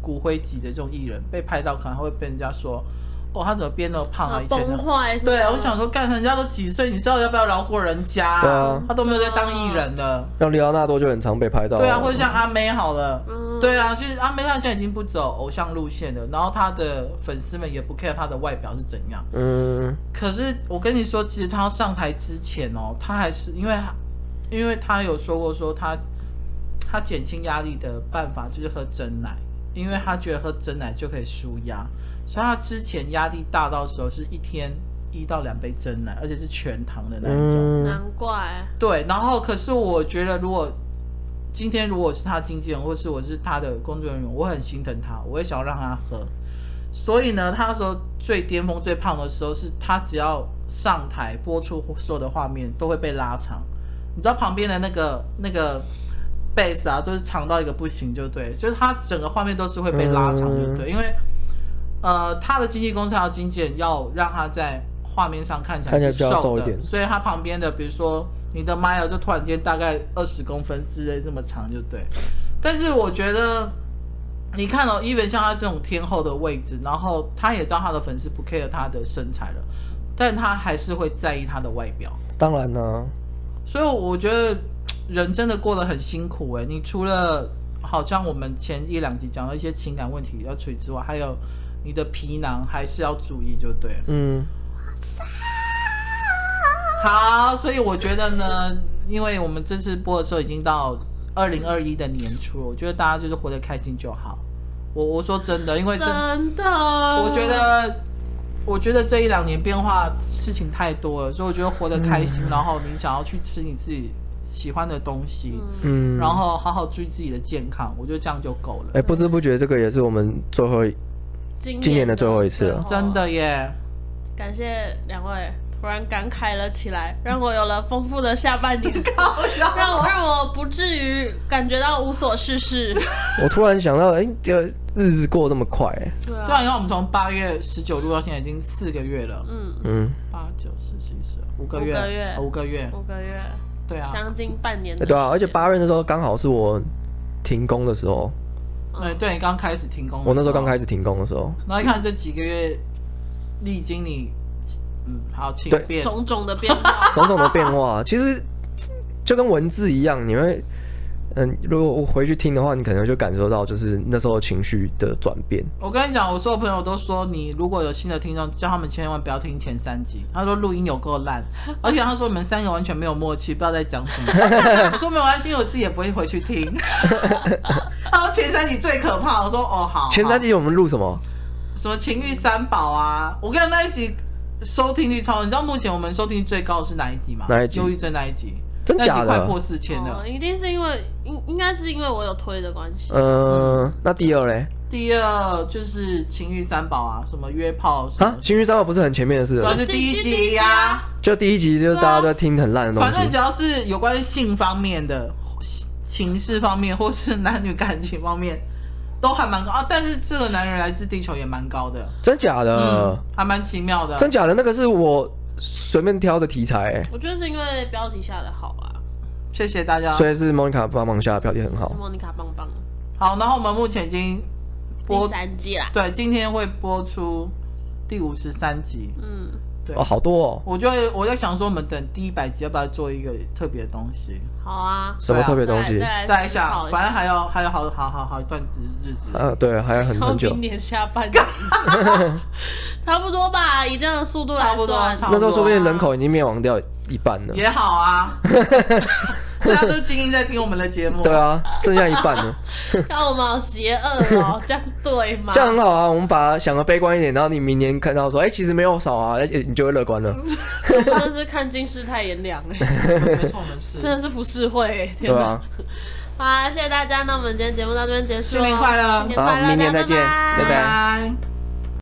S1: 骨灰级的这种艺人，被拍到可能还会被人家说，哦，他怎么变那么胖啊？
S2: 啊
S1: 以前
S2: 崩
S1: 的。
S2: 坏。
S1: 对，我想，说，干人家都几岁，你知道要不要饶过人家、
S3: 对啊
S1: 他都没有在当艺人了。
S3: 像里奥纳多就很常被拍到，
S1: 对啊，或者像阿妹好了，
S2: 哦嗯
S1: 对啊，其实阿妹她现在已经不走偶像路线了，然后她的粉丝们也不 care 她的外表是怎样。
S3: 嗯，
S1: 可是我跟你说，其实她要上台之前哦，她还是因为她，因为她有说过说她，她减轻压力的办法就是喝真奶，因为她觉得喝真奶就可以舒压，所以她之前压力大到的时候是一天一到两杯真奶，而且是全糖的那一种。
S3: 嗯，
S2: 难怪
S1: 对，然后可是我觉得，如果今天如果是他经纪人，或是我是他的工作人员，我很心疼他，我也想要让他喝。所以呢，他那时候最巅峰、最胖的时候，是他只要上台播出所有的画面都会被拉长。你知道旁边的那个那个 base 啊，就是长到一个不行，就对，就是他整个画面都是会被拉长，就对，因为呃，他的经纪公司还有经纪人要让他在画面上看起来
S3: 看起来
S1: 是
S3: 比较
S1: 瘦
S3: 瘦
S1: 的，
S3: 一点
S1: 所以他旁边的比如说你的 mile 就突然间大概二十公分之类这么长，就对。但是我觉得。你看哦，伊文像他这种天后的位置，然后他也知道他的粉丝不 care 他的身材了，但他还是会在意他的外表。
S3: 当然啦、
S1: 所以我觉得人真的过得很辛苦哎、你除了好像我们前一两集讲到一些情感问题要处理之外，还有你的皮囊还是要注意，就对了。
S3: 嗯，
S1: 好，所以我觉得呢，因为我们这次播的时候已经到二零二一的年初了，我觉得大家就是活得开心就好。我我说真的，因为真
S2: 真的，
S1: 我
S2: 我
S1: 觉得，我觉得这一两年变化事情太多了，所以我觉得活得开心，然后你想要去吃你自己喜欢的东西，
S3: 嗯，
S1: 然后好好注意自己的健康，我觉得这样就够了。
S3: 哎、不知不觉这个也是我们最后一
S2: 今
S3: 今年的最后一次
S2: 最
S3: 了
S1: 真的耶！
S2: 感谢两位，突然感慨了起来，让我有了丰富的下半 年，
S1: 啊
S2: 让我让我不至于感觉到无所事 事。
S3: 我突然想到，哎、这日子过这么快、
S2: 对
S1: 对啊，，因为我们从八月十九录到现在已经四个月了，
S2: 嗯，
S3: 嗯，
S1: 八九十十一十二五个月，
S2: 五个月
S1: 哦五个月，
S2: 五个月，
S1: 对啊，
S2: 将近半年
S3: 哎
S2: 的时间。
S3: 对啊，而且八月那时候刚好是我停工的时候，
S1: 嗯，对你刚开始停工，
S3: 我那时候刚，开始停工的时候，
S1: 然后一看这几个月历经你，嗯，好情
S3: 对
S1: 变，
S2: 种种的变 化，
S3: 种种的变化，啊其实就跟文字一样，你会，嗯，如果我回去听的话，你可能就感受到就是那时候情绪的转变。
S1: 我跟你讲，我所有朋友都说，你如果有新的听众，叫他们千万不要听前三集。他说录音有够烂，而且他说你们三个完全没有默契，不知道在讲什么。我说没关系，我自己也不会回去听。他说前三集最可怕。我说哦好，
S3: 前三集我们录什么？
S1: 好什么情欲三宝啊，我跟你讲那一集收听率超，你知道目前我们收听率最高的是哪一集吗？
S3: 哪一集
S1: 忧郁症那一集，
S3: 真假
S1: 那一集快破
S3: 的？
S1: 四千了。
S2: 哦一定是因为应应该是因为我有推的关系。
S3: 呃，那第二嘞
S1: 第二就是情欲三宝啊，什么约炮什么
S3: 啊，，情绪三号不是很前面的事
S1: 主要
S3: 了，
S1: 是第一
S2: 第
S1: 集
S2: 第
S1: 呀、
S2: 啊
S3: 就第一集就是大家都在听很烂的东
S1: 啊反正只
S3: 西。
S1: 要是有关于性方面的、情事方面，或是男女感情方面，都还蛮高啊。但是这个男人来自地球也蛮高的，
S3: 真假的？
S1: 嗯，还蛮奇妙的。
S3: 呃真假的那个是我随便挑的题材、欸，
S2: 我觉得是因为标题下的好啊，
S1: 谢谢大家。
S3: 所以是 Monica 帮忙下的标题很好。
S2: 莫妮卡棒棒
S1: 好，然后我们目前已经
S2: 第
S1: 播，
S2: 三季啦，
S1: 对，今天会播出第五十三集。
S2: 嗯，
S1: 对，
S3: 哦，好多哦，
S1: 我就会我在想说，我们等第一百集要不要做一个特别的东西？
S2: 好啊，
S3: 什么特别东西？
S2: 再来
S1: 再
S2: 再
S1: 一
S2: 来思
S1: 下
S2: 考，一
S1: 反正还有还有好好好好一段日子。
S3: 啊，对，还有很
S2: 到
S3: 很久
S2: 明。年下半年， 差不多吧，以这样的速度
S1: 差
S2: 来
S1: 不多啊
S2: 算，
S1: 差不多
S3: 那时候说不定人口已经灭亡掉一半了。
S1: 也好 啊， 大家都精英在听我们的节目。
S3: 对啊，剩下一 半了，
S2: 让我们好邪恶哦，这样对吗？
S3: 这样很好啊。我们把它想的悲观一点，然后你明年看到说，哎、其实没有少啊，而且你就会乐观了。
S1: 嗯
S2: 真的是看尽世态炎凉哎，
S1: 没错，我们是。
S2: 真的是不是会哎，
S3: 对
S2: 天哪！
S3: 啊，
S2: 好啊，谢谢大家，那我们今天节目到这边结束哦，
S1: 新年快乐
S2: 新年
S3: 好，
S2: 快乐，
S3: 明年再见，
S2: 大家拜拜
S3: 拜拜
S1: 拜。